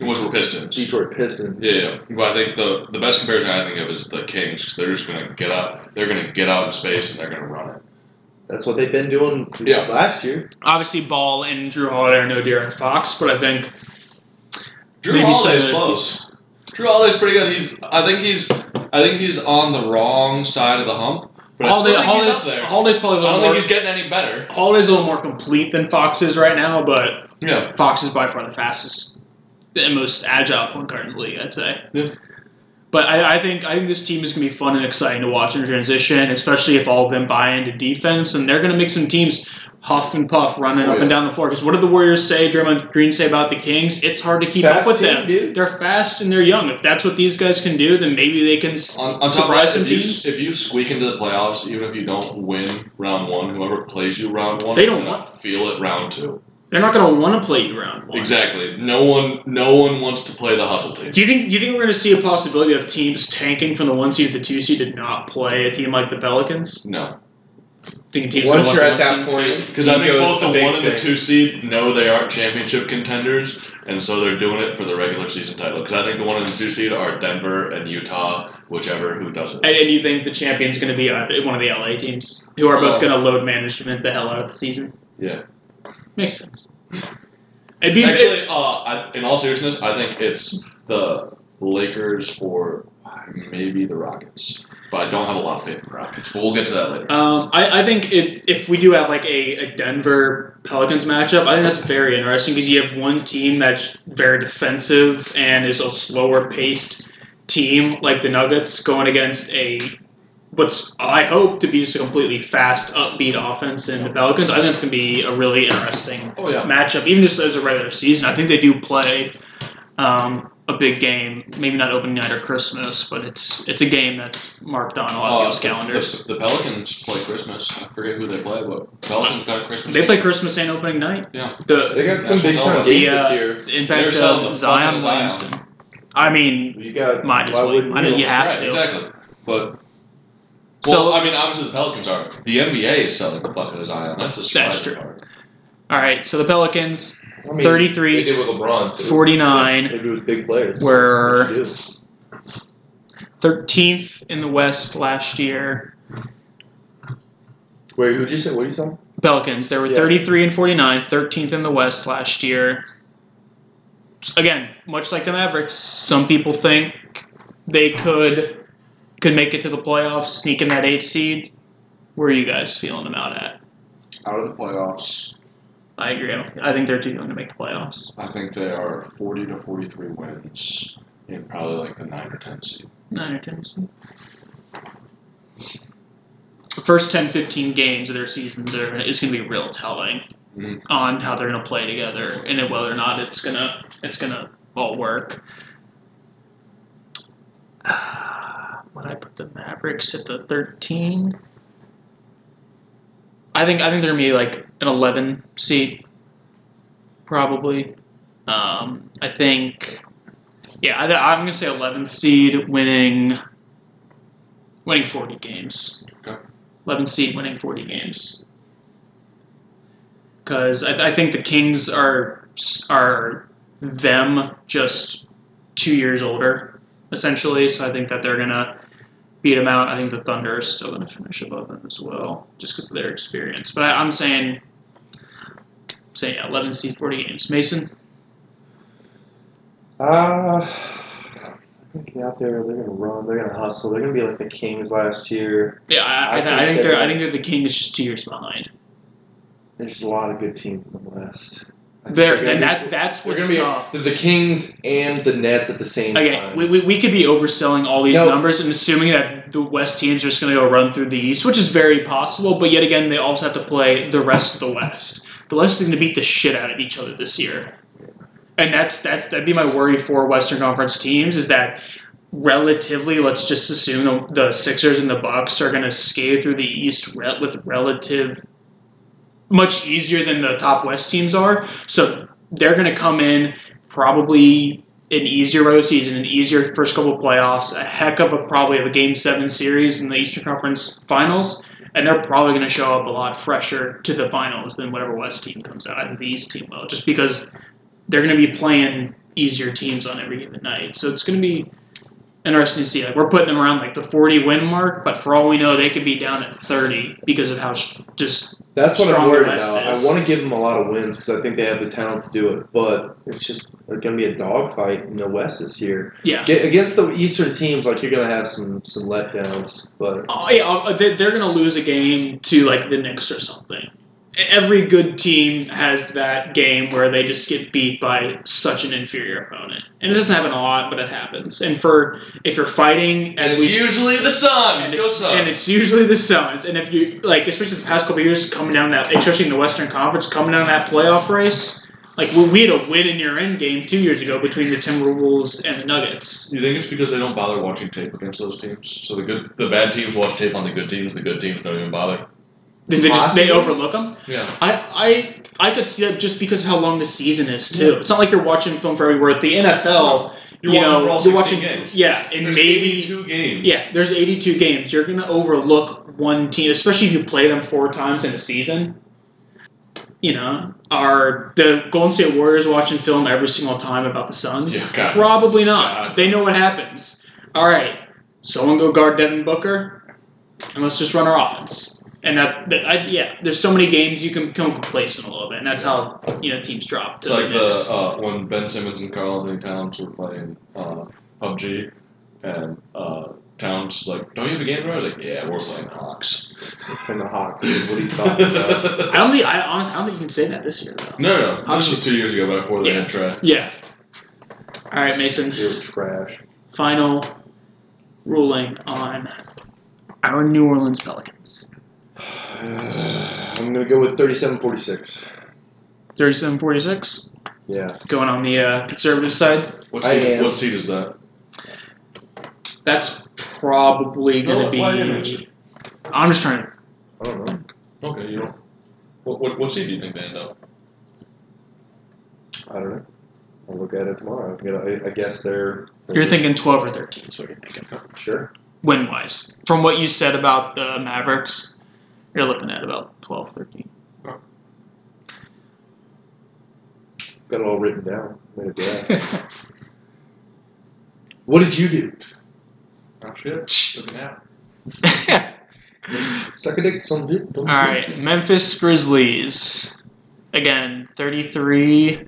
Speaker 6: It was the Pistons.
Speaker 2: Detroit Pistons.
Speaker 6: Yeah, but I think the the best comparison I think of is the Kings because they're just gonna get out. They're gonna get out in space and they're gonna run it.
Speaker 2: That's what they've been doing
Speaker 6: Yeah.
Speaker 2: last year.
Speaker 3: Obviously, Ball and Drew Holiday are no deer Fox, but I think
Speaker 6: Drew
Speaker 3: Maybe
Speaker 6: Holiday's
Speaker 3: so.
Speaker 6: close. Drew Holiday's pretty good. He's I think he's I think he's on the wrong side of the hump. But
Speaker 3: Holiday,
Speaker 6: I still think
Speaker 3: Holiday's,
Speaker 6: he's up there.
Speaker 3: Holiday's probably a
Speaker 6: I
Speaker 3: little
Speaker 6: don't
Speaker 3: more.
Speaker 6: think he's getting any better.
Speaker 3: Holiday's a little more complete than Fox is right now, but
Speaker 6: Yeah,
Speaker 3: Fox is by far the fastest and most agile point guard in the league, I'd say.
Speaker 6: Yeah.
Speaker 3: But I, I think I think this team is gonna be fun and exciting to watch in transition, especially if all of them buy into defense, and they're gonna make some teams huff and puff running
Speaker 2: Oh,
Speaker 3: up and
Speaker 2: yeah.
Speaker 3: down the floor. Because what did the Warriors say? Draymond Green say about the Kings? It's hard to keep
Speaker 2: Fast
Speaker 3: up with
Speaker 2: team,
Speaker 3: them.
Speaker 2: dude.
Speaker 3: They're fast and they're young. If that's what these guys can do, then maybe they can s-
Speaker 6: on, on top of
Speaker 3: surprise
Speaker 6: that,
Speaker 3: some
Speaker 6: if you,
Speaker 3: teams.
Speaker 6: if you squeak into the playoffs, even if you don't win round one, whoever plays you round one,
Speaker 3: They
Speaker 6: is
Speaker 3: don't
Speaker 6: gonna feel it round two.
Speaker 3: they're not gonna want to play you round one.
Speaker 6: Exactly. No one, no one wants to play the hustle team.
Speaker 3: Do you think do you think we're gonna see a possibility of teams tanking from the one seed to the two seed to not play a team like the Pelicans?
Speaker 6: No,
Speaker 3: Think teams
Speaker 2: Once
Speaker 3: gonna
Speaker 2: you're at
Speaker 3: want the
Speaker 2: that
Speaker 3: one seed?
Speaker 2: point,
Speaker 6: because I think
Speaker 2: ego's
Speaker 6: both the,
Speaker 2: big
Speaker 6: one and the
Speaker 2: thing.
Speaker 6: two seed know they aren't championship contenders, and so they're doing it for the regular season title. Because I think the one and the two seed are Denver and Utah, whichever who doesn't.
Speaker 3: And, and you think the champion's going to be uh, one of the LA teams who are both
Speaker 6: Oh.
Speaker 3: going to load management the hell out of the season?
Speaker 6: Yeah.
Speaker 3: Makes sense. It'd be,
Speaker 6: Actually, uh, I, in all seriousness, I think it's the Lakers or maybe the Rockets. But I don't have a lot of faith in the Rockets. But we'll get to that later.
Speaker 3: um, I, I think it, if we do have like a, a Denver Pelicans matchup, I think that's very interesting because you have one team that's very defensive and is a slower paced team like the Nuggets going against a what's I hope to be just a completely fast, upbeat offense in the Pelicans. I think it's going to be a really interesting
Speaker 6: Oh yeah.
Speaker 3: matchup, even just as a regular season. I think they do play um, a big game, maybe not opening night or Christmas, but it's it's a game that's marked on a lot of
Speaker 6: Uh,
Speaker 3: people's calendars.
Speaker 6: The, the Pelicans play Christmas. I forget who they play, but Pelicans got a Christmas.
Speaker 3: They
Speaker 6: game.
Speaker 3: play Christmas and opening night.
Speaker 6: Yeah.
Speaker 3: The,
Speaker 2: They got some big time
Speaker 6: The,
Speaker 2: games
Speaker 3: uh,
Speaker 2: this year.
Speaker 3: the
Speaker 6: They're
Speaker 3: impact
Speaker 6: selling the
Speaker 3: of Zion
Speaker 6: fucking Zion.
Speaker 3: Williamson. I mean,
Speaker 2: You got
Speaker 3: might as
Speaker 2: why
Speaker 3: well.
Speaker 2: wouldn't
Speaker 3: I
Speaker 2: you?
Speaker 3: mean, you have
Speaker 6: right,
Speaker 3: to.
Speaker 6: exactly. But
Speaker 3: So-
Speaker 6: well, I mean, obviously the Pelicans are. The NBA is selling the fuck out of Zion. That's the surprising
Speaker 3: That's true.
Speaker 6: part.
Speaker 3: All right, so the Pelicans,
Speaker 2: I mean, They
Speaker 3: 33
Speaker 2: did with LeBron. Too.
Speaker 3: 49.
Speaker 2: They do with big players.
Speaker 3: Where-
Speaker 2: What you do.
Speaker 3: 13th in the West last year.
Speaker 2: Wait, who just said? What are you saying?
Speaker 3: Pelicans, they were
Speaker 2: Yeah.
Speaker 3: 33 and 49, 13th in the West last year. Again, much like the Mavericks, some people think they could could make it to the playoffs, sneak in that eight seed. Where are you guys feeling them out at?
Speaker 6: Out of the playoffs,
Speaker 3: I agree. I, don't- I think they're too young to make the playoffs.
Speaker 6: I think they are forty to forty-three wins in probably like the nine or ten seed.
Speaker 3: Nine or ten. seed. The first 10, 15 games of their season they're, is going to be real telling
Speaker 6: Mhm.
Speaker 3: on how they're going to play together and then whether or not it's going to it's going to all work. [SIGHS] Ah, When I put the Mavericks at the 13, I think I think they're going to be like an 11 seed probably. Um, I think yeah, I, I'm going to say 11th seed winning winning 40 games.
Speaker 6: Okay.
Speaker 3: 11th seed winning 40 games. Because I, I think the Kings are are them just two years older, essentially. So I think that they're gonna beat them out. I think the Thunder is still gonna finish above them as well, just because of their experience. But I, I'm saying, saying yeah, 11 seed, 40 games. Mason,
Speaker 2: Uh, I think out there they're gonna run, they're gonna hustle, they're gonna be like the Kings last year.
Speaker 3: yeah, I, I,
Speaker 2: I
Speaker 3: th- I
Speaker 2: think
Speaker 3: think
Speaker 2: they're-
Speaker 3: they're, I think that the Kings just two years behind.
Speaker 2: There's a lot of good teams in the West. I
Speaker 3: There,
Speaker 2: They're
Speaker 3: then
Speaker 2: gonna
Speaker 3: that that's
Speaker 2: They're
Speaker 3: what's
Speaker 2: gonna be
Speaker 3: tough.
Speaker 2: the, the Kings and the Nets at the same
Speaker 3: Okay,
Speaker 2: time.
Speaker 3: we, we, we could be overselling all these
Speaker 2: No.
Speaker 3: numbers and assuming that the West team's just going to go run through the East, which is very possible, but yet again, they also have to play the rest of the West. The West is going to beat the shit out of each other this year. And that's, that's that'd be my worry for Western Conference teams is that relatively, let's just assume the, the Sixers and the Bucks are going to skate through the East re- with relative much easier than the top West teams are. So they're going to come in probably an easier regular season, an easier first couple of playoffs, a heck of a probably of a game seven series in the Eastern Conference Finals, and they're probably going to show up a lot fresher to the finals than whatever West team comes out. I think the East team will, just because they're going to be playing easier teams on every given night. So it's going to be interesting to see. Like we're putting them around like the forty win mark, but for all we know, they could be down at thirty because of how sh- just
Speaker 2: That's what I'm
Speaker 3: Stronger
Speaker 2: worried
Speaker 3: West
Speaker 2: about.
Speaker 3: is.
Speaker 2: I want to give them a lot of wins because I think they have the talent to do it, but it's just going to be a dogfight in the West this year.
Speaker 3: yeah.
Speaker 2: Get, against the Eastern teams, like you're going to have some some letdowns, but
Speaker 3: Oh yeah, uh, they- they're gonna lose a game to like the Knicks or something. E, Every good team has that game where they just get beat by such an inferior opponent, and it doesn't happen a lot, but it happens. And for if you're fighting, as
Speaker 6: and
Speaker 3: we
Speaker 6: it's usually the Suns.
Speaker 3: and
Speaker 6: Go
Speaker 3: it's,
Speaker 6: Suns.
Speaker 3: and it's usually the Suns. And if you like, especially the past couple of years, coming down that, especially in the Western Conference, coming down that playoff race, like we, we had a win in your end game two years ago between the Timberwolves and the Nuggets.
Speaker 6: you think it's because they don't bother watching tape against those teams? So the good, the bad teams watch tape on the good teams. The good teams don't even bother.
Speaker 3: Then they just they
Speaker 2: Possibly.
Speaker 3: overlook them.
Speaker 6: Yeah.
Speaker 3: I I I could see that just because of how long the season is too. It's not like you're watching film for every word. The NFL,
Speaker 6: You're
Speaker 3: you
Speaker 6: watching
Speaker 3: know,
Speaker 6: for all
Speaker 3: you're
Speaker 6: 16
Speaker 3: watching
Speaker 6: games.
Speaker 3: yeah, and
Speaker 6: There's
Speaker 3: maybe
Speaker 6: 82 games.
Speaker 3: yeah, there's 82 games. You're gonna overlook one team, especially if you play them four times in a season. You know, are the Golden State Warriors watching film every single time about the Suns?
Speaker 6: Yeah, God.
Speaker 3: Probably not.
Speaker 6: God.
Speaker 3: They know what happens. All right, someone go guard Devin Booker, and let's just run our offense. And that, that I, yeah, there's so many games you can become complacent a little bit, and that's how you know teams drop. To
Speaker 6: It's like
Speaker 3: the, Knicks.
Speaker 6: the uh, when Ben Simmons and Carl Anthony Towns were playing uh, PUBG, and uh, Towns is like, "Don't you have a game tomorrow?" I was like, "Yeah, we're playing the Hawks." [LAUGHS]
Speaker 2: and the Hawks. What are you
Speaker 3: [LAUGHS]
Speaker 2: talking about?
Speaker 3: I don't think I honestly I don't think you can say that this year though.
Speaker 6: no, no, no,
Speaker 3: Hawks-
Speaker 6: this was two years ago but before they
Speaker 3: Yeah.
Speaker 6: had Trey.
Speaker 3: Yeah. All right, Mason.
Speaker 2: You're trash. [SIGHS]
Speaker 3: final ruling on our New Orleans Pelicans.
Speaker 2: I'm going to go with 37-46.
Speaker 3: 37-46,
Speaker 2: Yeah.
Speaker 3: going on the uh, conservative side.
Speaker 6: What
Speaker 2: I
Speaker 6: seed,
Speaker 2: am-
Speaker 6: what seed is that?
Speaker 3: That's probably going to
Speaker 6: No, why am I
Speaker 3: be. I'm just trying to.
Speaker 2: I don't know.
Speaker 6: Okay, you don't. What, what, what seed do you think they end up?
Speaker 2: I don't know. I'll look at it tomorrow. I, gotta- I, I guess they're...
Speaker 3: You're thinking 12 or 13 is what you're thinking,
Speaker 2: Sure.
Speaker 3: win wise. From what you said about the Mavericks, you're looking at about 12,
Speaker 6: [LAUGHS]
Speaker 3: [LAUGHS] 13.
Speaker 2: Got it all written down. Made a draft. What did you do?
Speaker 6: Oh shit! Took a nap.
Speaker 2: Suck a dick, son of a bitch.
Speaker 3: All right, Memphis Grizzlies. Again, 33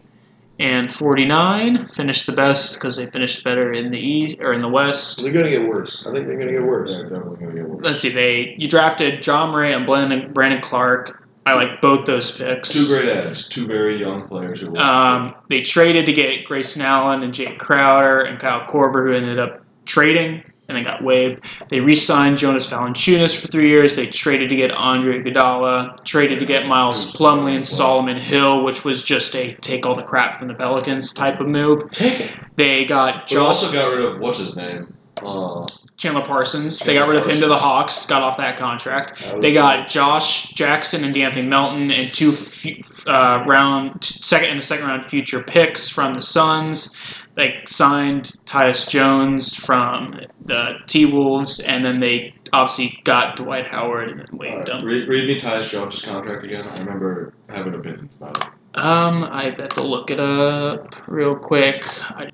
Speaker 3: and 49. Finished the best because they finished better in the East or in the West.
Speaker 2: They're going to get worse. I think they're going to get worse.
Speaker 6: They're definitely gonna get worse.
Speaker 3: Let's see, they you drafted John Murray and Brandon, Brandon Clark. I like both those picks.
Speaker 6: Two great ads, two very young players who.
Speaker 3: Um, they traded to get Grayson Allen and Jake Crowder and Kyle Corver, who ended up trading and then got waived. They re-signed Jonas Valanciunas for three years. They traded to get Andre Iguodala, traded to get Miles Plumley and Solomon Hill, which was just a take all the crap from the Pelicans type of move.
Speaker 2: Take it.
Speaker 3: They got
Speaker 6: we also
Speaker 3: Josh
Speaker 6: got rid of what's his name. Uh,
Speaker 3: Chandler Parsons. They got rid of him to the Hawks. Got off that contract. They got Josh Jackson and D'Anthony Melton and two f- uh, round second and a second round future picks from the Suns. They signed Tyus Jones from the T Wolves, and then they obviously got Dwight Howard and then waived
Speaker 6: uh,
Speaker 3: him.
Speaker 6: read, read me Tyus Josh's contract again. I remember having opinions about it.
Speaker 3: Um, I have to look it up real quick. I,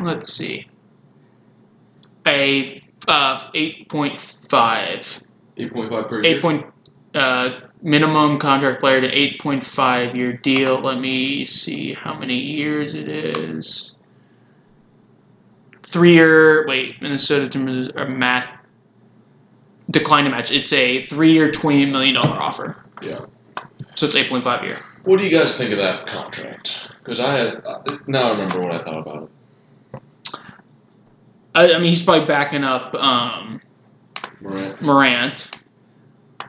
Speaker 3: let's see, a uh, eight point five.
Speaker 6: Eight point five per year.
Speaker 3: eight point uh, minimum contract player to eight point five year deal. Let me see how many years it is. Three year wait, Minnesota Timbers are mat decline to match. It's a three year twenty eight million dollar offer.
Speaker 6: Yeah.
Speaker 3: So it's 8.5 a year.
Speaker 6: What do you guys think of that contract? Because I had uh, now I remember what I thought about it.
Speaker 3: I, I mean, he's probably backing up um,
Speaker 6: Morant.
Speaker 3: Morant.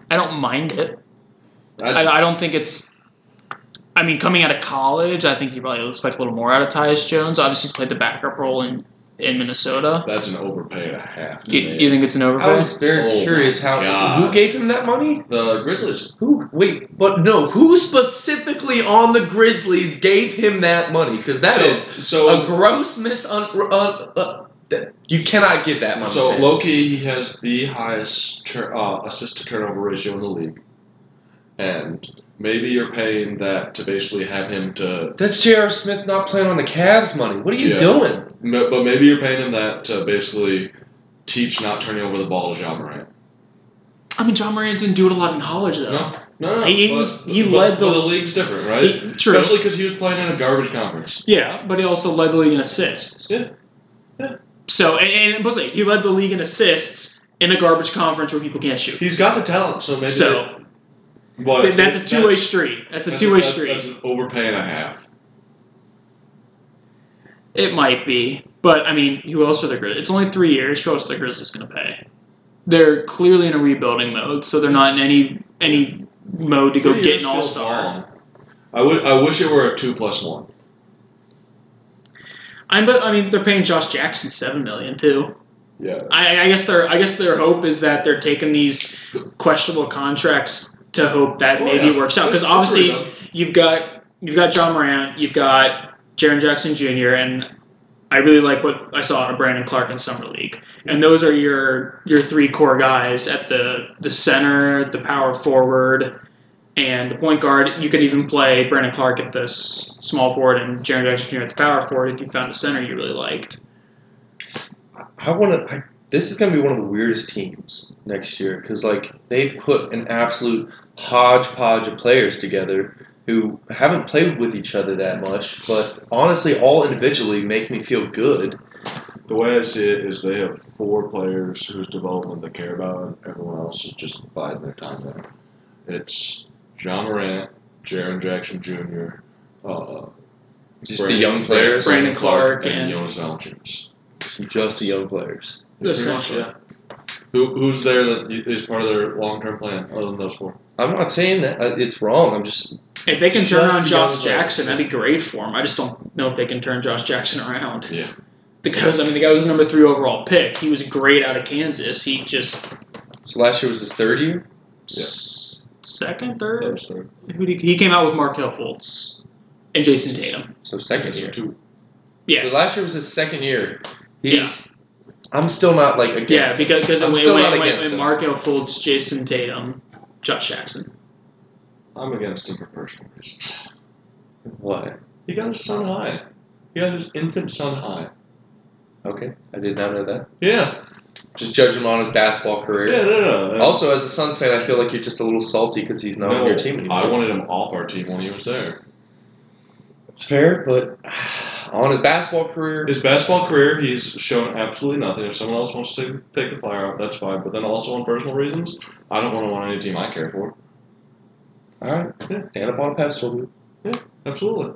Speaker 3: I don't mind it.
Speaker 6: I
Speaker 3: I,
Speaker 6: just-
Speaker 3: I don't think it's. I mean, coming out of college, I think you probably expect a little more out of Tyus Jones. Obviously, he's played the backup role in, in Minnesota.
Speaker 6: that's an overpay and a half. to
Speaker 3: You,
Speaker 6: me.
Speaker 3: you think it's an
Speaker 2: I
Speaker 3: overpay?
Speaker 2: was very
Speaker 6: Oh
Speaker 2: curious how
Speaker 6: my God.
Speaker 2: who gave him that money?
Speaker 6: the Grizzlies?
Speaker 2: Who? Wait, but no, who specifically on the Grizzlies gave him that money? Because that
Speaker 6: so,
Speaker 2: is
Speaker 6: so
Speaker 2: a gross misun. Uh, uh, that you cannot give that money.
Speaker 6: So
Speaker 2: to him.
Speaker 6: Loki has the highest tur- uh, assist to turnover ratio in the league, and maybe you're paying that to basically have him to,
Speaker 2: That's J.R. Smith not playing on the Cavs money. What are you
Speaker 6: Yeah.
Speaker 2: doing?
Speaker 6: m- but maybe you're paying him that to basically teach not turning over the ball to John Morant.
Speaker 3: I mean, John Morant didn't do it a lot in college, though.
Speaker 6: No, no, no.
Speaker 3: He-
Speaker 6: but-
Speaker 3: he's- he
Speaker 6: but-
Speaker 3: led the-
Speaker 6: but the league's different, right?
Speaker 3: He- true.
Speaker 6: Especially because he was playing in a garbage conference.
Speaker 3: Yeah, but he also led the league in assists.
Speaker 6: Yeah. Yeah.
Speaker 3: So, and, and mostly, he led the league in assists in a garbage conference where people can't shoot.
Speaker 6: He's got the talent, so maybe.
Speaker 3: So,
Speaker 6: they- but
Speaker 3: th- that's a
Speaker 6: that-
Speaker 3: two way street. That's a
Speaker 6: that's
Speaker 3: two way
Speaker 6: that's-
Speaker 3: street.
Speaker 6: That's an overpay and a half.
Speaker 3: It might be. But, I mean, who else are the Grizzlies? It's only three years. Who else are the Grizzlies going to pay? They're clearly in a rebuilding mode, so they're not in any any mode to go
Speaker 6: Three
Speaker 3: get
Speaker 6: years
Speaker 3: an
Speaker 6: feels
Speaker 3: all star.
Speaker 6: long. I would. I wish it were a two plus one.
Speaker 3: I'm, but I mean, they're paying Josh Jackson seven million too.
Speaker 6: Yeah.
Speaker 3: I, I guess their I guess their hope is that they're taking these questionable contracts to hope that
Speaker 6: Oh,
Speaker 3: maybe
Speaker 6: yeah.
Speaker 3: it works out because
Speaker 6: Good- good for
Speaker 3: obviously
Speaker 6: them.
Speaker 3: you've got you've got John Morant, you've got Jaron Jackson Jr. and I really like what I saw out of Brandon Clark in summer league, and those are your your three core guys at the the center, the power forward, and the point guard. You could even play Brandon Clark at the s- small forward and Jaron Jackson Jr. at the power forward if you found a center you really liked.
Speaker 2: I want to. This is going to be one of the weirdest teams next year because like they put an absolute hodgepodge of players together who haven't played with each other that much, but honestly, all individually make me feel good.
Speaker 6: The way I see it is they have four players whose development they care about, and everyone else is just biding their time there. It's John Morant, Jaron Jackson Jr., uh,
Speaker 2: Just the young players.
Speaker 3: Brandon Clark
Speaker 6: and,
Speaker 3: and-
Speaker 6: Jonas Valanciunas.
Speaker 2: Just the young players.
Speaker 3: Essentially.
Speaker 6: Who, who's there that is part of their long term plan other than those four?
Speaker 2: I'm not saying that uh, it's wrong. I'm just
Speaker 3: If they can
Speaker 2: Just
Speaker 3: turn on
Speaker 2: the
Speaker 3: Josh
Speaker 2: young guy.
Speaker 3: Jackson, that'd be great for him. I just don't know if they can turn Josh Jackson around.
Speaker 6: Yeah.
Speaker 3: Because I mean, the guy was the number three overall pick. He was great out of Kansas. He just
Speaker 2: so last year was his third year.
Speaker 3: s- second, third.
Speaker 6: Those three.
Speaker 3: Who did he, he came out with Markel Fultz and Jason Tatum.
Speaker 2: So second
Speaker 6: So
Speaker 2: year.
Speaker 6: two.
Speaker 3: Yeah,
Speaker 2: So last year was his second year.
Speaker 3: Yeah.
Speaker 2: He's. I'm still not like against.
Speaker 3: yeah. Because because
Speaker 2: I'm
Speaker 3: it went,
Speaker 2: still not
Speaker 3: went, went,
Speaker 2: against
Speaker 3: went
Speaker 2: him.
Speaker 3: Markel Fultz, Jason Tatum, Josh Jackson.
Speaker 6: I'm against him for personal reasons.
Speaker 2: what?
Speaker 6: He got his son high. He got his infant son high.
Speaker 2: Okay, I did not know that.
Speaker 6: Yeah.
Speaker 2: Just judge him on his basketball career.
Speaker 6: Yeah, no, no.
Speaker 2: Also, as a Suns fan, I feel like you're just a little salty because he's not on your team anymore.
Speaker 6: I wanted him off our team when he was there.
Speaker 2: it's fair, but on his basketball career,
Speaker 6: His basketball career, he's shown absolutely nothing. If someone else wants to take the flyer out, that's fine. But then also on personal reasons, I don't want to want any team I care for.
Speaker 2: all right, stand up on a pedestal. dude.
Speaker 6: Absolutely.
Speaker 3: All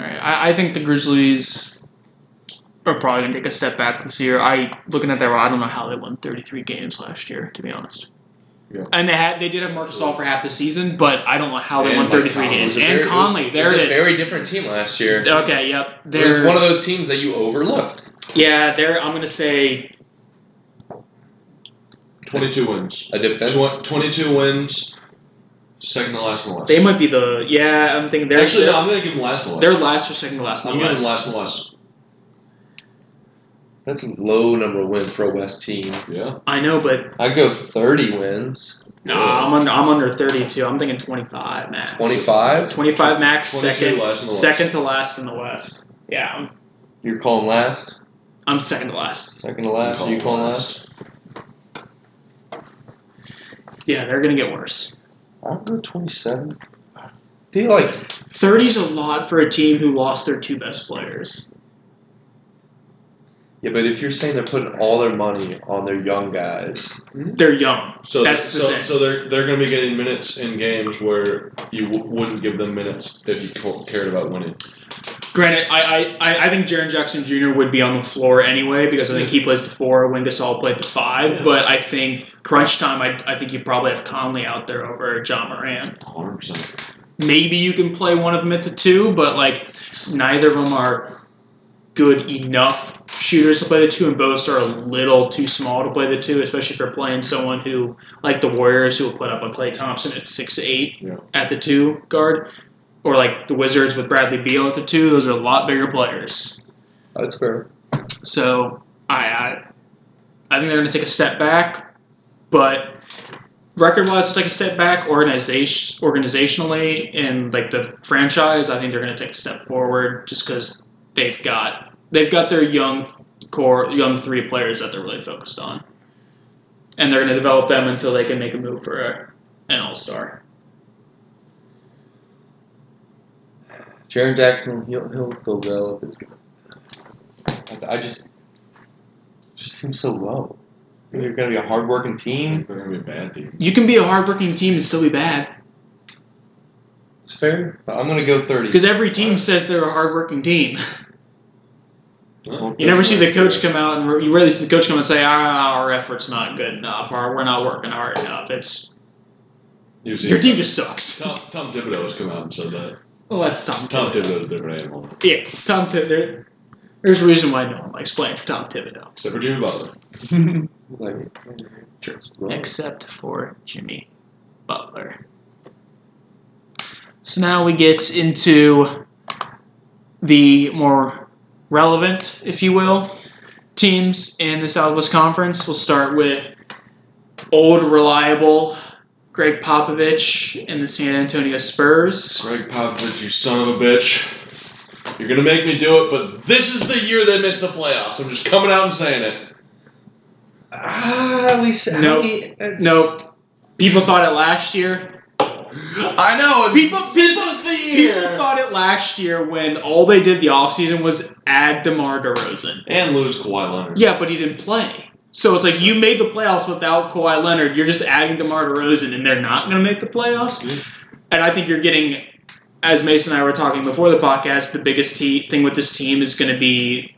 Speaker 3: right. I, I think the Grizzlies are probably gonna take a step back this year. I looking at their, I don't know how they won 33 games last year, to be honest.
Speaker 6: Yeah.
Speaker 3: And they had they did have Marcus All for half the season, but I don't know how they
Speaker 2: And
Speaker 3: won
Speaker 2: Mike
Speaker 3: 33
Speaker 2: Conley
Speaker 3: games.
Speaker 2: was a
Speaker 3: And
Speaker 2: very-
Speaker 3: Conley, there
Speaker 2: was
Speaker 3: it
Speaker 2: a
Speaker 3: is.
Speaker 2: Very different team last year.
Speaker 3: okay, yep.
Speaker 2: It was
Speaker 3: They're
Speaker 2: one of those teams that you overlooked.
Speaker 3: yeah. They're I'm gonna say
Speaker 6: 22 wins.
Speaker 2: A defense.
Speaker 6: Tw- 22 wins, second to last in the West.
Speaker 3: they might be the yeah. I'm thinking they're
Speaker 6: Actually,
Speaker 3: they're,
Speaker 6: no, I'm going to give him last in the West.
Speaker 3: they're last or second to last. in
Speaker 6: I'm
Speaker 3: the
Speaker 6: giving him
Speaker 3: West.
Speaker 6: last in the West.
Speaker 2: That's a low number of win pro West team.
Speaker 6: Yeah.
Speaker 3: I know, but
Speaker 2: I go 30 wins.
Speaker 3: no,
Speaker 6: Yeah.
Speaker 3: I'm under I'm under 32. I'm thinking 25 max.
Speaker 2: 25?
Speaker 3: 25 max.
Speaker 6: 22
Speaker 3: Second
Speaker 6: last in the West.
Speaker 3: second to last in the West. Yeah, I'm
Speaker 2: You're calling last.
Speaker 3: I'm second to last.
Speaker 2: Second to last.
Speaker 6: Call
Speaker 2: you
Speaker 6: him
Speaker 2: calling last?
Speaker 6: last.
Speaker 3: Yeah, they're gonna get worse.
Speaker 2: I'll go 27. I feel like
Speaker 3: Thirty's a lot for a team who lost their two best players.
Speaker 2: Yeah, but if you're saying they're putting all their money on their young guys,
Speaker 3: They're young.
Speaker 6: So
Speaker 3: That's the
Speaker 6: so,
Speaker 3: thing.
Speaker 6: so they're they're going to be getting minutes in games where you w- wouldn't give them minutes if you ca- cared about winning.
Speaker 3: Granted, I I- I, I think Jaron Jackson Jr. would be on the floor anyway because I think he plays the four when Gasol played the five.
Speaker 6: Yeah.
Speaker 3: But I think crunch time, I, I think you probably have Conley out there over John Moran.
Speaker 6: 100. percent
Speaker 3: Maybe you can play one of them at the two, but like neither of them are good enough shooters to play the two, and both are a little too small to play the two, especially if you're playing someone who like the Warriors who will put up a Clay Thompson at six eight
Speaker 6: Yeah.
Speaker 3: at the two guard. Or like the Wizards with Bradley Beal at the two, those are a lot bigger players.
Speaker 2: that's fair.
Speaker 3: So I, I, I think they're going to take a step back, but record-wise, take a step back. Organization, organizationally, and like the franchise, I think they're going to take a step forward just because they've got they've got their young core, young three players that they're really focused on, and they're going to develop them until they can make a move for a, an all-star.
Speaker 2: Jaron Jackson, he'll he'll go well if it's good. I I just just seems so low. You're gonna be a hardworking
Speaker 6: They're
Speaker 2: team.
Speaker 6: going to be a bad team.
Speaker 3: You can be a hardworking team and still be bad
Speaker 2: It's fair. I'm gonna go thirty.
Speaker 3: because every team says they're a hardworking team. [LAUGHS]
Speaker 6: Huh?
Speaker 3: You never see the coach come out and you rarely see the coach come out and say, ah, "Our effort's not good enough. Or we're not working hard enough." It's
Speaker 6: You've seen
Speaker 3: your team just sucks.
Speaker 6: Tom, Tom Thibodeau has come out and said that.
Speaker 3: Well, that's Tom.
Speaker 6: Tom
Speaker 3: Thibodeau.
Speaker 6: Thibodeau's a different animal,
Speaker 3: Yeah, Tom Thibodeau. There, there's a reason why no one likes playing for Tom Thibodeau,
Speaker 6: except for Jimmy Butler.
Speaker 2: like,
Speaker 3: except for Jimmy Butler. So now we get into the more relevant, if you will, teams in the Southwest Conference. We'll start with old reliable Greg Popovich and the San Antonio Spurs.
Speaker 6: Greg Popovich, you son of a bitch. You're going to make me do it, but this is the year they missed the playoffs. I'm just coming out and saying it.
Speaker 2: Ah, we said
Speaker 3: Nope.
Speaker 2: it's-
Speaker 3: Nope. People thought it last year.
Speaker 6: I know. and
Speaker 3: People-
Speaker 6: this is the
Speaker 3: People
Speaker 6: year.
Speaker 3: thought it last year when all they did the offseason was add DeMar DeRozan.
Speaker 6: And lose Kawhi Leonard.
Speaker 3: Yeah, but he didn't play. So it's like you made the playoffs without Kawhi Leonard. You're just adding DeMar DeRozan, and they're not going to make the playoffs.
Speaker 6: Mhm.
Speaker 3: And I think you're getting, as Mason and I were talking before the podcast, the biggest te- thing with this team is going to be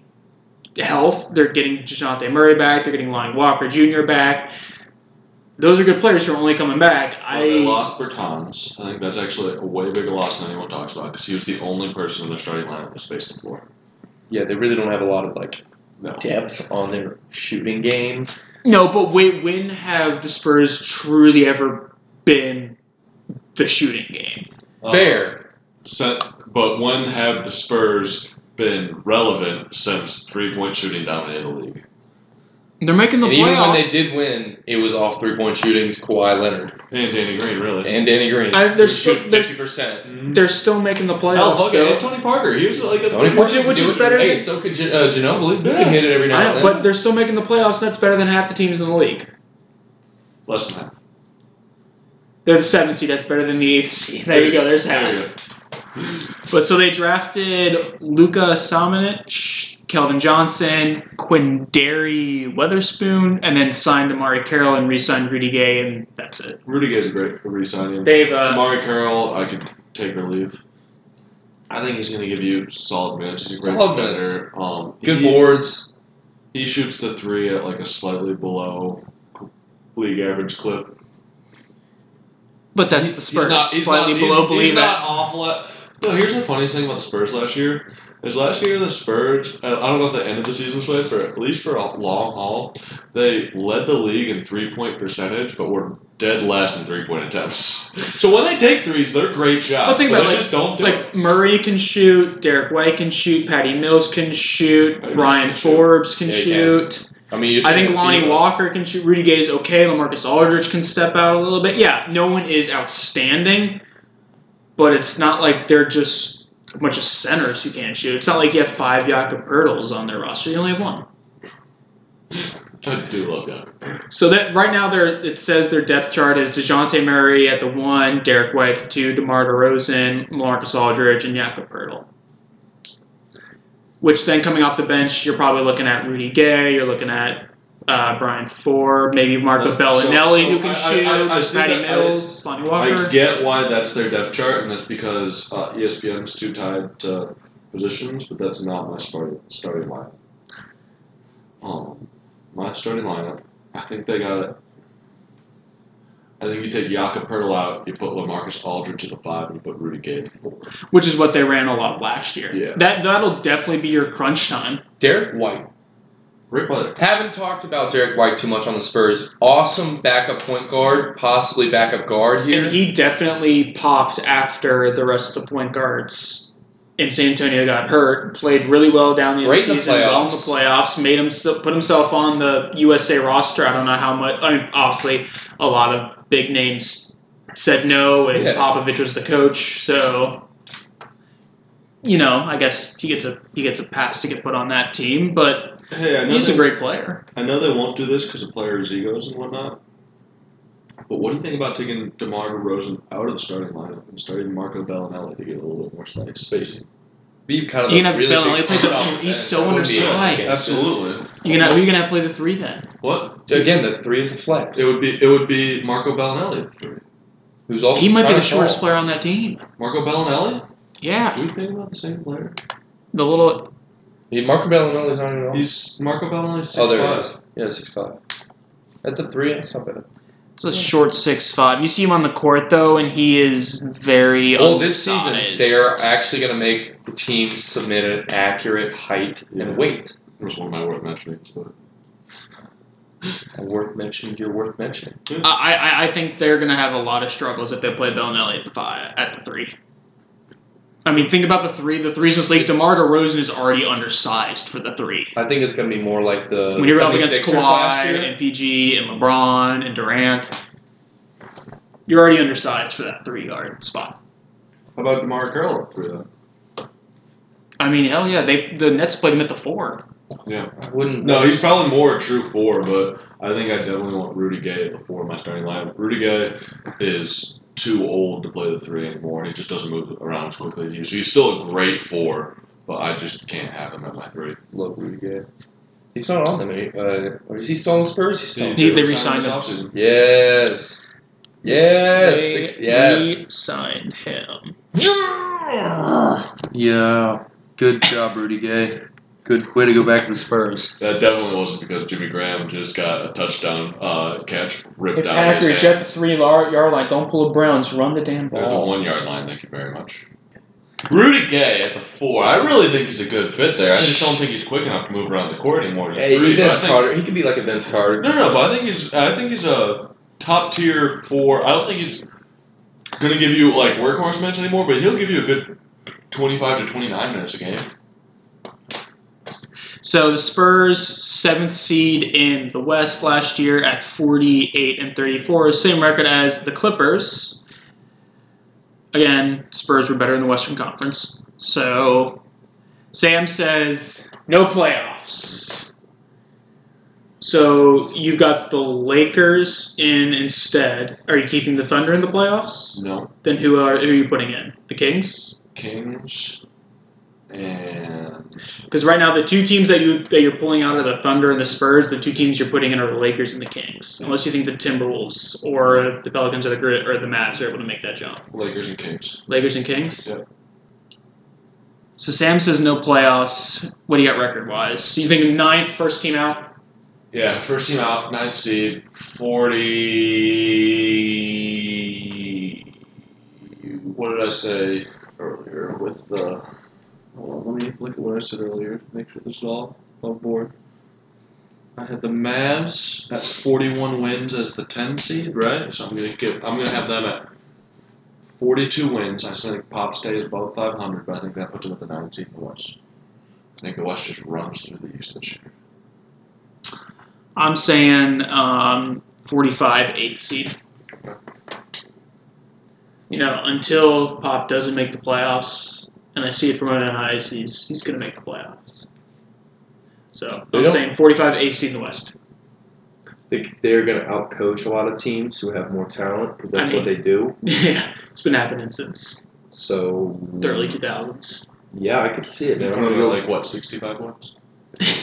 Speaker 3: health. They're getting Dejounte Murray back. They're getting Lonnie Walker Jr. back. Those are good players who are only coming back.
Speaker 6: Well, they
Speaker 3: I
Speaker 6: lost Bertans. I think that's actually a way bigger loss than anyone talks about because he was the only person in their starting lineup that spaced the floor.
Speaker 2: Yeah, they really don't have a lot of like
Speaker 6: No.
Speaker 2: depth on their shooting game.
Speaker 3: no, but when, when have the Spurs truly ever been the shooting game?
Speaker 6: Uh,
Speaker 2: Fair.
Speaker 6: sen- but when have the Spurs been relevant since three point shooting dominated the league?
Speaker 3: They're making the
Speaker 2: And
Speaker 3: playoffs.
Speaker 2: even when they did win, it was off three point shootings, Kawhi Leonard
Speaker 6: And Danny Green, really.
Speaker 2: and Danny Green.
Speaker 3: I-
Speaker 2: who
Speaker 3: there's-
Speaker 2: shoot
Speaker 3: there's-
Speaker 2: fifty percent.
Speaker 3: They're still making the
Speaker 6: Hell,
Speaker 3: playoffs,
Speaker 6: look
Speaker 3: though.
Speaker 6: at Tony Parker. He was like a
Speaker 3: Which is- which is better
Speaker 2: Hey,
Speaker 3: than-
Speaker 2: so could Gin- uh, Ginobili. He
Speaker 6: Yeah.
Speaker 2: can hit it every now
Speaker 3: I
Speaker 2: and
Speaker 3: know,
Speaker 2: then.
Speaker 3: but they're still making the playoffs. That's better than half the teams in the league.
Speaker 6: less than that.
Speaker 3: They're the seventh seed. That's better than the eighth seed. There you go. There's
Speaker 6: There you
Speaker 3: half.
Speaker 6: go.
Speaker 3: But so they drafted Luka Samanich, Keldon Johnson, Quindary Weatherspoon, and then signed Amari Carroll and re-signed Rudy Gay, and that's it.
Speaker 6: Rudy Gay's great for re-signing.
Speaker 3: They've uh,
Speaker 6: Amari Carroll, I could take or leave. I think he's going to give you solid minutes. He's a great
Speaker 2: Solid
Speaker 6: defender. Um,
Speaker 2: Good
Speaker 6: he-
Speaker 2: boards.
Speaker 6: He shoots the three at like a slightly below league average clip.
Speaker 3: but that's the Spurs,
Speaker 6: He's not, he's
Speaker 3: slightly
Speaker 6: not,
Speaker 3: below
Speaker 6: he's,
Speaker 3: believe
Speaker 6: he's not
Speaker 3: that.
Speaker 6: awful at. No, here's the funniest thing about the Spurs last year. Is last year the Spurs, I I don't know if the end of the season's way, but at least for a long haul, they led the league in three point percentage, but were dead last in three point attempts. [LAUGHS] So when they take threes, they're great shots.
Speaker 3: But think about
Speaker 6: they
Speaker 3: it,
Speaker 6: just don't do it.
Speaker 3: Like Murray can shoot, Derek White can shoot, Patty Mills can shoot,
Speaker 6: Patty Mills
Speaker 3: Brian
Speaker 6: can shoot.
Speaker 3: Forbes can
Speaker 2: Yeah, he can.
Speaker 3: shoot.
Speaker 2: I mean, you
Speaker 3: I think
Speaker 2: you-
Speaker 3: Lonnie Walker can shoot. Rudy Gay's okay. Lamarcus Aldridge can step out a little bit. Yeah, no one is outstanding, but it's not like they're just a bunch of centers who can't shoot. It's not like you have five Jakob Ertls on their roster. You only have one.
Speaker 6: I do love that.
Speaker 3: So that right now, they're, it says their depth chart is Dejounte Murray at the one, Derek White at the two, DeMar DeRozan, Lamarcus Aldridge, and Jakob Ertl. which then coming off the bench, you're probably looking at Rudy Gay, you're looking at uh, Brian Ford, maybe Marco
Speaker 6: Uh,
Speaker 3: Bellinelli who
Speaker 6: so- so
Speaker 3: can
Speaker 6: I- I-
Speaker 3: shoot,
Speaker 6: I- I
Speaker 3: there's
Speaker 6: see
Speaker 3: Patty
Speaker 6: that- I-
Speaker 3: Mills, Lonnie Walker.
Speaker 6: I get why that's their depth chart, and that's because uh, ESPN's too tied to positions, but that's not my starting starting lineup. Um, my starting lineup, I think they got it. I think you take Jakob Pertl out, you put Lamarcus Aldridge at the five, and you put Rudy Gay at the four.
Speaker 3: which is what they ran a lot last year.
Speaker 6: Yeah.
Speaker 3: That that'll definitely be your crunch time.
Speaker 7: Derek White.
Speaker 6: Rick Butler.
Speaker 7: Haven't talked about Derek White too much on the Spurs. Awesome backup point guard, possibly backup guard here.
Speaker 3: And he definitely popped after the rest of the point guards in San Antonio got hurt. Played really well down the end
Speaker 7: Great in
Speaker 3: of the
Speaker 7: the
Speaker 3: season, well in the
Speaker 7: playoffs.
Speaker 3: playoffs. Made him put himself on the USA roster. I don't know how much. I mean, obviously, a lot of big names said no, and
Speaker 7: Yeah.
Speaker 3: Popovich was the coach, so. You know, I guess he gets a he gets a pass to get put on that team, but
Speaker 6: Hey, I know,
Speaker 3: he's
Speaker 6: they,
Speaker 3: a great player.
Speaker 6: I know they won't do this because of players' egos and whatnot. But what do you think about taking DeMar DeRozan out of the starting lineup and starting Marco Bellinelli to get a little bit more space spacing?
Speaker 7: Be kind of
Speaker 3: You can
Speaker 7: a
Speaker 3: have
Speaker 7: really
Speaker 3: Bellinelli
Speaker 7: big
Speaker 3: play the-
Speaker 7: problem.
Speaker 3: he's so
Speaker 7: That would be
Speaker 3: undersized.
Speaker 7: a-
Speaker 6: Absolutely.
Speaker 3: You gonna who you gonna have play the three then?
Speaker 6: What?
Speaker 7: Again, the three is a flex.
Speaker 6: It would be it would be Marco Bellinelli at three.
Speaker 7: Who's also
Speaker 3: He might be
Speaker 7: trying
Speaker 3: the
Speaker 7: to
Speaker 3: shortest
Speaker 7: fall.
Speaker 3: player on that team.
Speaker 6: Marco Bellinelli?
Speaker 3: Yeah,
Speaker 6: Do we think about the same player?
Speaker 3: the little
Speaker 7: He- Marco Bellinelli's not even on.
Speaker 6: He's Marco Bellinelli's six
Speaker 7: oh, there he
Speaker 6: five.
Speaker 7: is. Yeah, six five. At the three, that's not bad.
Speaker 3: it's a short six five. You see him on the court though, and he is very.
Speaker 7: Well, this season
Speaker 3: undersized.
Speaker 7: they are actually going to make the team submit an accurate height
Speaker 6: Yeah.
Speaker 7: and weight.
Speaker 6: It was one of my worth mentioning. But
Speaker 7: And worth mentioning, you're worth mentioning.
Speaker 3: I, I I think they're gonna have a lot of struggles if they play Bellinelli at the five, at the three. I mean, think about the three. The threes this league. Demar Derozan is already undersized for the three.
Speaker 7: I think it's going to be more like the
Speaker 3: When you're up against
Speaker 7: 76ers Uh, last
Speaker 3: Kawhi
Speaker 7: year.
Speaker 3: and PG and LeBron and Durant, you're already undersized for that three guard spot.
Speaker 6: how about DeMar Carroll at three then?
Speaker 3: I mean, hell yeah, they the Nets played him at the four.
Speaker 7: I wouldn't.
Speaker 6: No, he's probably more a true four, but I think I definitely want Rudy Gay at the four in my starting lineup. Rudy Gay is too old to play the three anymore. He just doesn't move around as quickly as he used to. He's still a great four, but I just can't have him at my three.
Speaker 7: love Rudy Gay. He's not on them. any- Uh, or is he still on the Spurs? He's still.
Speaker 3: He- they re-signed him.
Speaker 6: him.
Speaker 7: Yes. Yes. Six, yes.
Speaker 3: signed him.
Speaker 2: Yeah. Good job, Rudy Gay. Good way to go back to the Spurs.
Speaker 6: That definitely wasn't because Jimmy Graham just got a touchdown uh, catch ripped
Speaker 3: If
Speaker 6: out of
Speaker 3: Packers,
Speaker 6: his hand.
Speaker 3: you're at the three lar- yard line. Don't pull a Browns. Run the damn
Speaker 6: They're at the
Speaker 3: ball.
Speaker 6: one yard line. Thank you very much. Rudy Gay at the four. I really think he's a good fit there. I just don't think he's quick enough to move around the court anymore. to
Speaker 7: Hey,
Speaker 6: three, but I
Speaker 7: Vince
Speaker 6: think-
Speaker 7: Carter. He could be like a Vince Carter.
Speaker 6: No, no, but I think he's. I think he's a top tier four. I don't think he's gonna give you like workhorse minutes anymore, but he'll give you a good twenty five to twenty nine minutes a game.
Speaker 3: So the Spurs, seventh seed in the West last year at 48 and 34, same record as the Clippers. Again, Spurs were better in the Western Conference. So Sam says no playoffs. So you've got the Lakers in instead. Are you keeping the Thunder in the playoffs?
Speaker 6: No,
Speaker 3: Then who are who are you putting in? The Kings?
Speaker 6: Kings and
Speaker 3: Because right now, the two teams that you that you're pulling out are the Thunder and the Spurs. The two teams you're putting in are the Lakers and the Kings, unless you think the Timberwolves or the Pelicans or the Gri- or the Mavs are able to make that jump.
Speaker 6: Lakers and Kings.
Speaker 3: Lakers and Kings.
Speaker 6: Yep.
Speaker 3: So Sam says no playoffs. What do you got record wise? You think ninth, first team out?
Speaker 6: Yeah, first team out, ninth seed, forty. What did I say earlier with the? Hold on, let me look at what I said earlier. Make sure this is all on board. I had the Mavs at forty-one wins as the ten seed, right? So I'm gonna get. I'm gonna have them at forty-two wins. I still think Pop stays above five hundred, but I think that puts them at the ninth seed in the West. I think the West just runs through the East this year.
Speaker 3: I'm saying um, 45, eighth seed. You know, until Pop doesn't make the playoffs, and I see it from my own eyes, he's he's going to make the playoffs. So
Speaker 7: They
Speaker 3: I'm
Speaker 7: don't-
Speaker 3: saying 45, eighth seed in the West. [LAUGHS]
Speaker 2: think they're going to outcoach a lot of teams who have more talent because that's
Speaker 3: I mean-
Speaker 2: what they do.
Speaker 3: yeah, it's been happening since
Speaker 2: So
Speaker 3: the early 2000s.
Speaker 2: Yeah, I could see it, man. I'm
Speaker 6: Probably
Speaker 2: gonna go
Speaker 6: like what, sixty-five wins?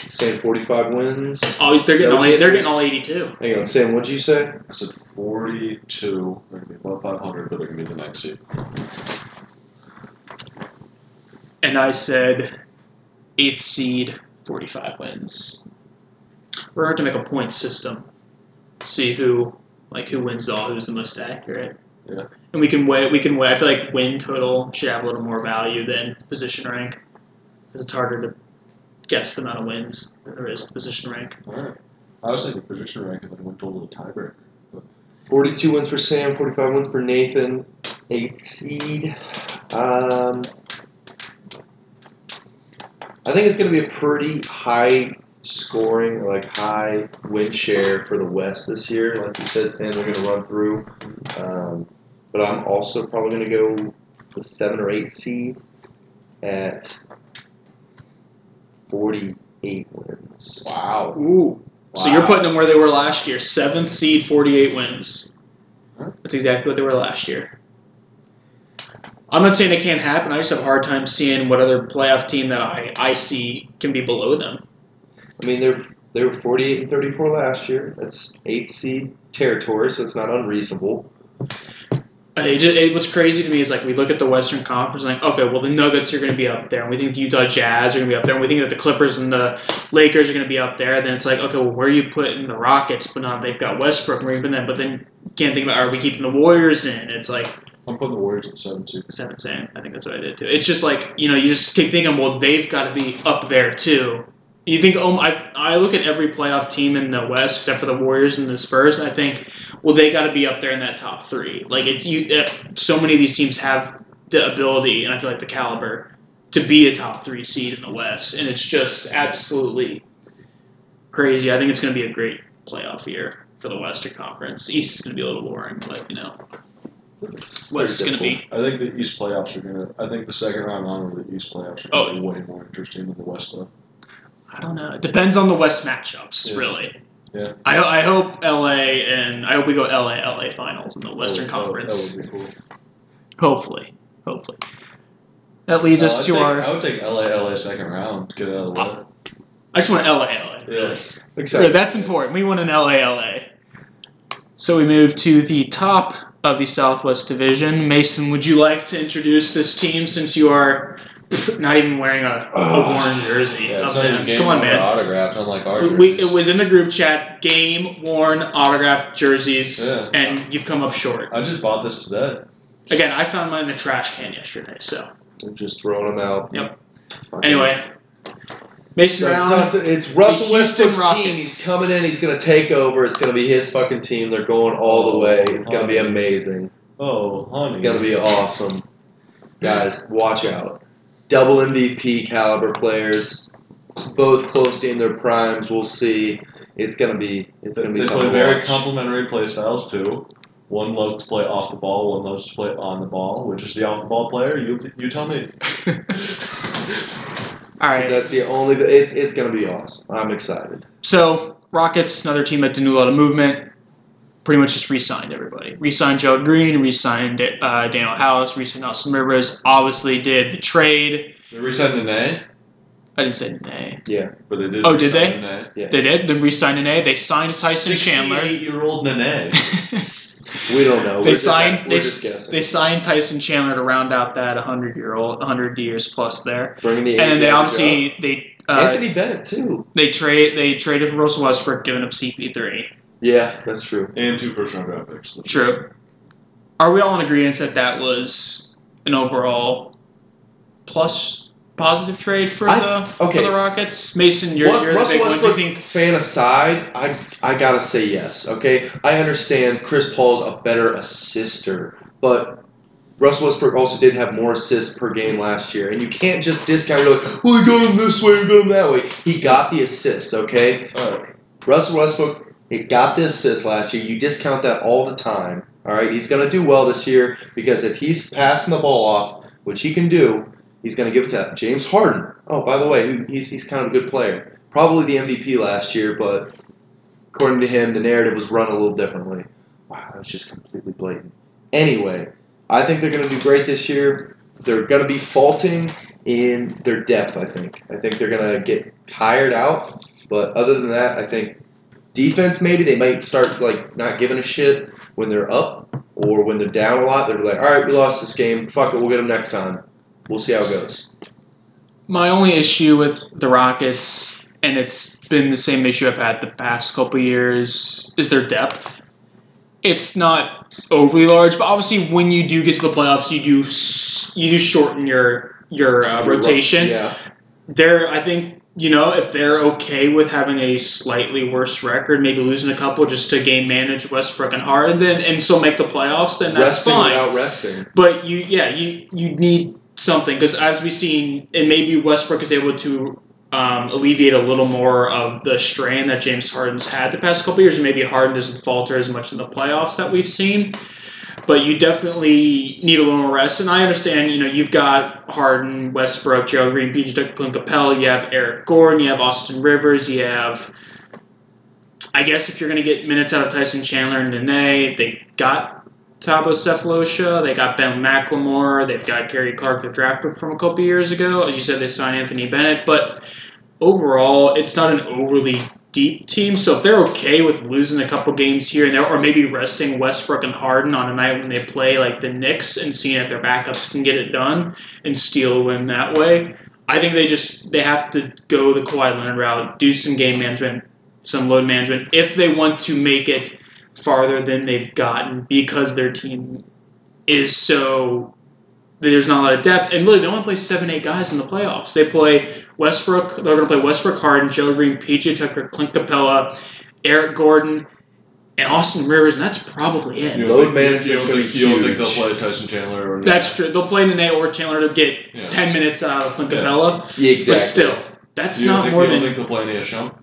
Speaker 2: Sam 45 wins.
Speaker 3: Oh, he's- they're
Speaker 2: Is that
Speaker 3: getting all
Speaker 2: what you
Speaker 3: they're
Speaker 2: said?
Speaker 3: getting all 82.
Speaker 2: Hang on, Sam, what'd you say?
Speaker 6: I said forty-two. They're gonna be above five hundred, but they're gonna be the next seed.
Speaker 3: And I said eighth seed, 45 wins. We're going to have to make a point system. See who like who wins it all, who's the most accurate.
Speaker 6: Yeah.
Speaker 3: And we can weigh we can weigh I feel like win total should have a little more value than position rank. Because it's harder to guess the amount of wins than there is to position rank.
Speaker 6: All right. I was thinking position rank and then went to a little tiebreaker.
Speaker 2: 42 wins for Sam, 45 wins for Nathan. Eighth seed. Um, I think it's going to be a pretty high scoring, like high win share for the West this year. Like you said, Sam, we're going to run through. Um, but I'm also probably going to go the seven or eight seed at 48 wins.
Speaker 7: Wow.
Speaker 3: Ooh. So you're
Speaker 7: Wow.
Speaker 3: putting them where they were last year. Seventh seed, 48 wins.
Speaker 6: Huh?
Speaker 3: That's exactly what they were last year. I'm not saying it can't happen. I just have a hard time seeing what other playoff team that I, I see can be below them.
Speaker 2: I mean, they're they were 48 and 34 last year. That's eighth seed territory, so it's not unreasonable.
Speaker 3: And It just, it, what's crazy to me is like we look at the Western Conference and like, okay, well the Nuggets are going to be up there, and we think the Utah Jazz are going to be up there, and we think that the Clippers and the Lakers are going to be up there. then it's like, okay, well where are you putting the Rockets? But now they've got Westbrook. Where are you putting them? But then you can't think about are we keeping the Warriors in? It's like
Speaker 6: I'm putting the Warriors at seven two.
Speaker 3: seven saying. I think that's what I did too. It's just like you know, you just keep thinking, well, they've got to be up there too. You think, oh, I I look at every playoff team in the West except for the Warriors and the Spurs, and I think, well, they got to be up there in that top three. Like it, you, if so many of these teams have the ability, and I feel like the caliber to be a top three seed in the West, and it's just absolutely crazy. I think it's going to be a great playoff year for the Western Conference. East is going to be a little boring, but you know,
Speaker 2: It's
Speaker 3: West is
Speaker 2: pretty
Speaker 3: going to be
Speaker 6: I think the East playoffs are gonna. I think the second round onward, the East playoffs are gonna
Speaker 3: Oh.
Speaker 6: be way more interesting than the West though.
Speaker 3: I don't know. It depends on the West matchups,
Speaker 6: Yeah.
Speaker 3: really.
Speaker 6: Yeah.
Speaker 3: I, I hope LA and I hope we go LA LA finals in the Western
Speaker 6: That would- that-
Speaker 3: Conference.
Speaker 6: That would be cool.
Speaker 3: Hopefully, hopefully. That leads
Speaker 6: No,
Speaker 3: us
Speaker 6: I'd
Speaker 3: to
Speaker 6: take-
Speaker 3: our.
Speaker 6: I would take LA LA second round. Get out of the
Speaker 3: Oh,
Speaker 6: way.
Speaker 3: I just want LA LA.
Speaker 6: Yeah.
Speaker 2: cool.
Speaker 3: Yeah,
Speaker 2: Exactly.
Speaker 3: that's important. We want an LA LA. So we move to the top of the Southwest Division. Mason, would you like to introduce this team since you are not even wearing a, a
Speaker 6: [SIGHS]
Speaker 3: worn jersey?
Speaker 7: Yeah,
Speaker 3: Oh,
Speaker 7: it's not
Speaker 3: man.
Speaker 7: even game
Speaker 3: Come on, man.
Speaker 7: autographed, unlike ours.
Speaker 3: We, it was in the group chat. Game worn autographed jerseys,
Speaker 6: Yeah.
Speaker 3: and you've come up short.
Speaker 6: I just bought this today.
Speaker 3: Again, I found mine in a trash can yesterday. So
Speaker 2: They're just throwing them out.
Speaker 3: Yep.
Speaker 2: Fucking-
Speaker 3: anyway, Mason
Speaker 2: So,
Speaker 3: Brown.
Speaker 2: Dante- it's Russell
Speaker 3: Houston
Speaker 2: Westbrook's team.
Speaker 3: Rockets.
Speaker 2: He's coming in. He's going to take over. It's going to be his fucking team. They're going all the way. It's going to be amazing.
Speaker 6: Oh, honey.
Speaker 2: It's going to be awesome. Guys, watch out. Double MVP caliber players, both close to in their primes. We'll see. It's going to be. It's going to be
Speaker 6: They
Speaker 2: something.
Speaker 6: play
Speaker 2: to
Speaker 6: very
Speaker 2: watch.
Speaker 6: complementary play styles too. One loves to play off the ball. One loves to play on the ball. Which is the off the ball player? You you tell me.
Speaker 3: All
Speaker 2: 'Cause
Speaker 3: right.
Speaker 2: That's the only. It's it's gonna be awesome. I'm excited.
Speaker 3: So Rockets, another team that didn't do a lot of movement. Pretty much just re-signed everybody. Re-signed Joe Green. Re-signed uh, Daniel House. Re-signed Austin Rivers. Obviously, did the trade.
Speaker 6: They re-signed Nene,
Speaker 3: I didn't say nay.
Speaker 6: but they did.
Speaker 3: Oh, did
Speaker 6: re-sign Nene.
Speaker 3: They did. Then re-signed Nene. They signed Tyson Chandler.
Speaker 6: Eight-year-old Nene.
Speaker 3: [LAUGHS]
Speaker 2: We don't know.
Speaker 3: They
Speaker 2: We're just-
Speaker 3: signed-
Speaker 2: We're
Speaker 3: they
Speaker 2: just guessing.
Speaker 3: they signed Tyson Chandler to round out that 100 year old 100 years plus there.
Speaker 2: Bringing the
Speaker 3: And
Speaker 2: AJ
Speaker 3: they
Speaker 2: to
Speaker 3: obviously they
Speaker 2: go.
Speaker 3: uh,
Speaker 2: Anthony Bennett too.
Speaker 3: they trade they traded for Russell Westbrook, giving up CP3.
Speaker 2: Yeah, that's true.
Speaker 6: and two first-round draft picks.
Speaker 3: True. Are we all in agreement that that was an overall plus positive trade for
Speaker 2: I-
Speaker 3: the
Speaker 2: okay.
Speaker 3: for the Rockets? Mason, you're,
Speaker 2: Rus-
Speaker 3: you're the
Speaker 2: Russell
Speaker 3: big one. Do you
Speaker 2: Westbrook
Speaker 3: think
Speaker 2: fan aside, I I gotta say yes. Okay, I understand Chris Paul's a better assister, but. Russell Westbrook also did have more assists per game last year, and you can't just discount. You're like, well, he got him this way, he got him that way. He got the assists, okay?
Speaker 6: Alright.
Speaker 2: Russell Westbrook, he got the assist last year. You discount that all the time. All right, he's going to do well this year because if he's passing the ball off, which he can do, he's going to give it to James Harden. Oh, by the way, he- he's, he's kind of a good player. Probably the MVP last year, but according to him, the narrative was run a little differently. Wow, that was just completely blatant. Anyway, I think they're going to do great this year. They're going to be faulting in their depth. I think. I think they're gonna get tired out. But other than that, I think defense maybe they might start like not giving a shit when they're up or when they're down a lot. They're like, all right, we lost this game. Fuck it, we'll get them next time. We'll see how it goes.
Speaker 3: My only issue with the Rockets, and it's been the same issue I've had the past couple years, is their depth. It's not overly large, but obviously when you do get to the playoffs, you do s- you do shorten your your uh, rotation.
Speaker 2: Yeah.
Speaker 3: They're I think you know if they're okay with having a slightly worse record, maybe losing a couple just to game manage Westbrook and Harden, then and still make the playoffs, then that's
Speaker 2: resting
Speaker 3: fine.
Speaker 2: without resting.
Speaker 3: But you, yeah, you you need something because as we've seen, and maybe Westbrook is able to um, alleviate a little more of the strain that James Harden's had the past couple years, and maybe Harden doesn't falter as much in the playoffs that we've seen. But you definitely need a little more rest, and I understand. You know, you've got Harden, Westbrook, Gerald Green, PJ Tucker, Clint Capella. You have Eric Gordon. You have Austin Rivers. You have, I guess, if you're going to get minutes out of Tyson Chandler and Nene, they got Tabo Cephalosha. They got Ben McLemore. They've got Gary Clark, their draft pick from a couple years ago. As you said, they signed Anthony Bennett. But overall, it's not an overly deep team. So if they're okay with losing a couple games here and there, or maybe resting Westbrook and Harden on a night when they play like the Knicks and seeing if their backups can get it done and steal a win that way, I think they just they have to go the Kawhi Leonard route, do some game management, some load management if they want to make it farther than they've gotten because their team is so there's not a lot of depth. And really, they only play seven, eight guys in the playoffs. They play Westbrook. They're going to play Westbrook, Harden, Joe Green, PJ Tucker, Clint Capella, Eric Gordon, and Austin Rivers, and that's probably it.
Speaker 6: You don't
Speaker 2: Load
Speaker 6: think-
Speaker 2: management's
Speaker 6: you don't
Speaker 2: gonna
Speaker 6: think-
Speaker 2: be
Speaker 6: You don't think they'll
Speaker 2: huge.
Speaker 6: play Tyson Chandler or
Speaker 3: That's true. They'll play Nene or Chandler to get
Speaker 6: Yeah.
Speaker 3: ten minutes out of Clint Capella,
Speaker 2: Yeah, exactly.
Speaker 3: but still, that's
Speaker 6: you don't
Speaker 3: not
Speaker 6: think,
Speaker 3: more
Speaker 6: you don't
Speaker 3: than
Speaker 6: think they'll play any of Shump?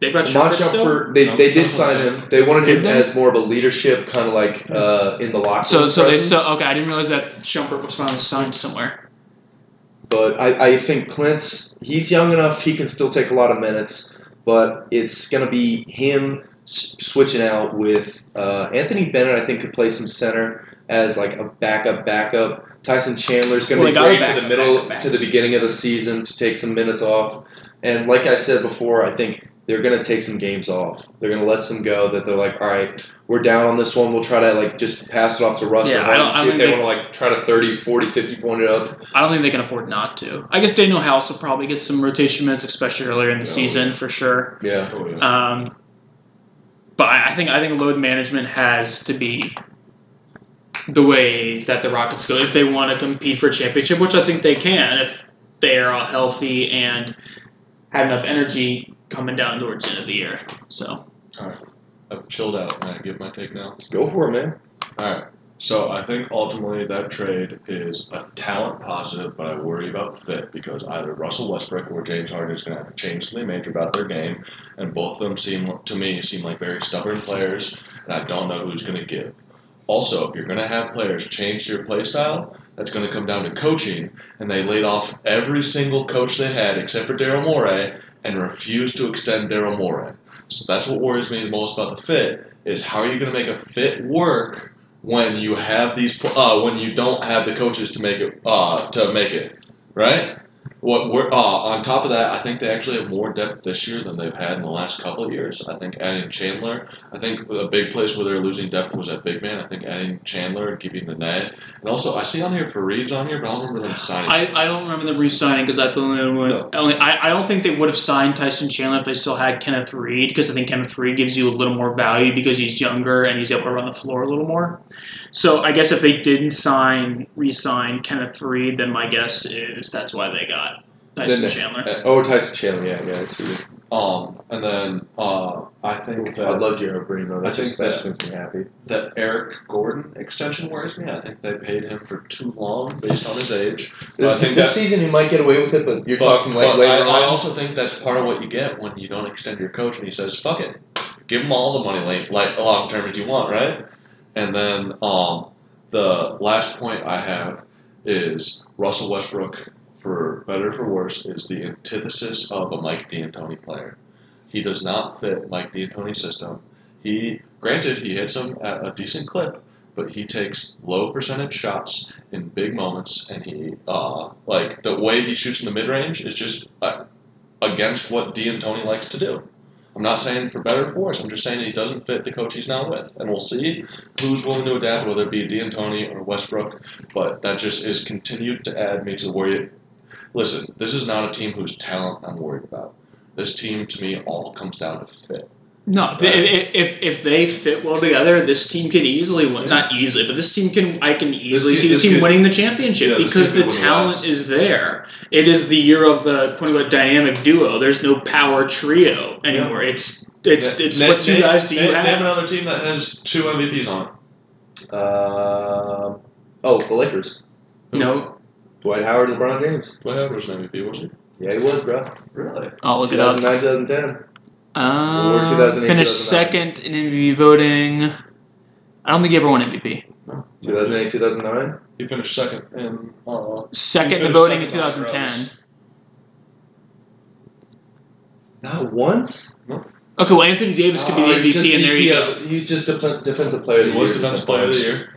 Speaker 3: they've got
Speaker 2: Not
Speaker 3: Shumpert still.
Speaker 2: for they,
Speaker 6: No,
Speaker 2: they did
Speaker 6: Shumpert.
Speaker 2: sign him. They wanted
Speaker 3: Did
Speaker 2: him
Speaker 3: they?
Speaker 2: as more of a leadership kind of like uh, in the locker.
Speaker 3: so,
Speaker 2: room
Speaker 3: so they
Speaker 2: presence.
Speaker 3: so okay. I didn't realize that Shumpert was finally signed somewhere.
Speaker 2: But I, I think Clint's he's young enough. He can still take a lot of minutes, but it's gonna be him s- switching out with uh, Anthony Bennett. I think could play some center as like a backup backup. Tyson Chandler's gonna
Speaker 3: Well,
Speaker 2: be
Speaker 3: they got
Speaker 2: great
Speaker 3: him back
Speaker 2: to the
Speaker 3: up,
Speaker 2: middle
Speaker 3: back up, back
Speaker 2: to the beginning of the season to take some minutes off. And like I said before, I think they're gonna take some games off. They're gonna let some go that they're like, all right, we're down on this one. We'll try to like just pass it off to Russell.
Speaker 3: Yeah, I don't-
Speaker 2: and
Speaker 3: I
Speaker 2: see if
Speaker 3: don't
Speaker 2: they
Speaker 3: think-
Speaker 2: want to like try to 30, 40, 50 point it up.
Speaker 3: I don't think they can afford not to. I guess Daniel House will probably get some rotation minutes, especially earlier in the
Speaker 6: Yeah.
Speaker 3: season for sure.
Speaker 2: Yeah.
Speaker 6: Oh, yeah.
Speaker 3: Um, but I I think I think load management has to be the way that the Rockets go if they want to compete for a championship, which I think they can if they are all healthy and have enough energy coming down towards the end of the year. So
Speaker 6: I've chilled out. Can I give my take now?
Speaker 2: Go for it, man.
Speaker 6: All right. So I think ultimately that trade is a talent positive, but I worry about fit because either Russell Westbrook or James Harden is going to have to change something major about their game, and both of them seem to me seem like very stubborn players, and I don't know who's going to give. Also, if you're going to have players change their play style, that's going to come down to coaching, and they laid off every single coach they had except for Daryl Morey and refused to extend Daryl Morey. So that's what worries me the most about the fit is how are you going to make a fit work when you have these uh, when you don't have the coaches to make it uh, to make it right what we're, uh, on top of that i think they actually have more depth this year than they've had in the last couple of years i think adding chandler i think a big place where they're losing depth was at big man i think adding chandler and keeping the net and also i see on here Fareed's on here but i don't remember them signing
Speaker 3: I, I don't remember them re-signing because I the only one.
Speaker 6: No.
Speaker 3: Only, I, I don't think they would have signed Tyson Chandler if they still had Kenneth Reed because I think Kenneth Reed gives you a little more value because he's younger and he's able to run the floor a little more. So I guess if they didn't sign re-sign Kenneth Reed, then my guess is that's why they got Tyson
Speaker 2: Didn't they?
Speaker 3: Chandler.
Speaker 2: Uh, Oh, Tyson Chandler, yeah, yeah, I see.
Speaker 6: um and then uh, i think that
Speaker 2: I'd love Jared Green though. That's
Speaker 6: I
Speaker 2: just
Speaker 6: think
Speaker 2: that makes me happy.
Speaker 6: that Eric Gordon extension worries me. I think they paid him for too long based on his age. But I
Speaker 2: This,
Speaker 6: think
Speaker 2: this
Speaker 6: that-
Speaker 2: season he might get away with it, but you're
Speaker 6: But-
Speaker 2: talking like
Speaker 6: but
Speaker 2: later
Speaker 6: I,
Speaker 2: on.
Speaker 6: I also think that's part of what you get when you don't extend your coach and he says, "Fuck it, give him all the money late, like long term as you want, right?" And then um, the last point I have is Russell Westbrook, for better or for worse, is the antithesis of a Mike D'Antoni player. He does not fit Mike D'Antoni's system. He, granted, he hits him at a decent clip, but he takes low percentage shots in big moments, and he uh, like the way he shoots in the mid range is just uh, against what D'Antoni likes to do. I'm not saying for better or for worse. I'm just saying he doesn't fit the coach he's now with, and we'll see who's willing to adapt, whether it be D'Antoni or Westbrook. But that just is continued to add me to worry. Listen, this is not a team whose talent I'm worried about. This team, to me, all comes down to fit.
Speaker 3: No, if, if, if, if they fit well together, this team could easily win. Not easily, but this team can. I can easily
Speaker 6: team-
Speaker 3: see this
Speaker 6: this
Speaker 3: team
Speaker 6: could-
Speaker 3: winning the championship
Speaker 6: Yeah, this
Speaker 3: because
Speaker 6: team
Speaker 3: the
Speaker 6: could win the
Speaker 3: talent
Speaker 6: West.
Speaker 3: is there. It is the year of the quote unquote dynamic duo. There's no power trio anymore. It's it's
Speaker 6: Na-
Speaker 3: it's
Speaker 6: na-
Speaker 3: what two
Speaker 6: na-
Speaker 3: guys do you
Speaker 6: na- Name
Speaker 3: have?
Speaker 6: another team that has two MVPs on it.
Speaker 2: Um, oh, the Lakers.
Speaker 3: No,
Speaker 2: Dwight Howard and LeBron James.
Speaker 6: Dwight Howard was an MVP, wasn't
Speaker 2: Yeah, he was, bro.
Speaker 6: he? Really?
Speaker 3: I'll look it up.
Speaker 2: 2009, 2010.
Speaker 3: Uh,
Speaker 2: Or 2008,
Speaker 3: finished
Speaker 2: 2009.
Speaker 3: second in MVP voting. I don't think he ever won MVP.
Speaker 2: 2008, 2009.
Speaker 6: He finished second in. Uh,
Speaker 3: Second in
Speaker 6: finished
Speaker 3: voting in
Speaker 6: second on the
Speaker 3: 2010.
Speaker 2: Not once. Ah,
Speaker 3: Okay, well, Anthony Davis could be
Speaker 7: Oh,
Speaker 3: the
Speaker 7: he's just
Speaker 3: MVP, and there you go.
Speaker 7: DPO.
Speaker 2: E He's just def- defensive player of
Speaker 6: he
Speaker 2: the
Speaker 6: was
Speaker 2: year.
Speaker 6: defensive player of the year.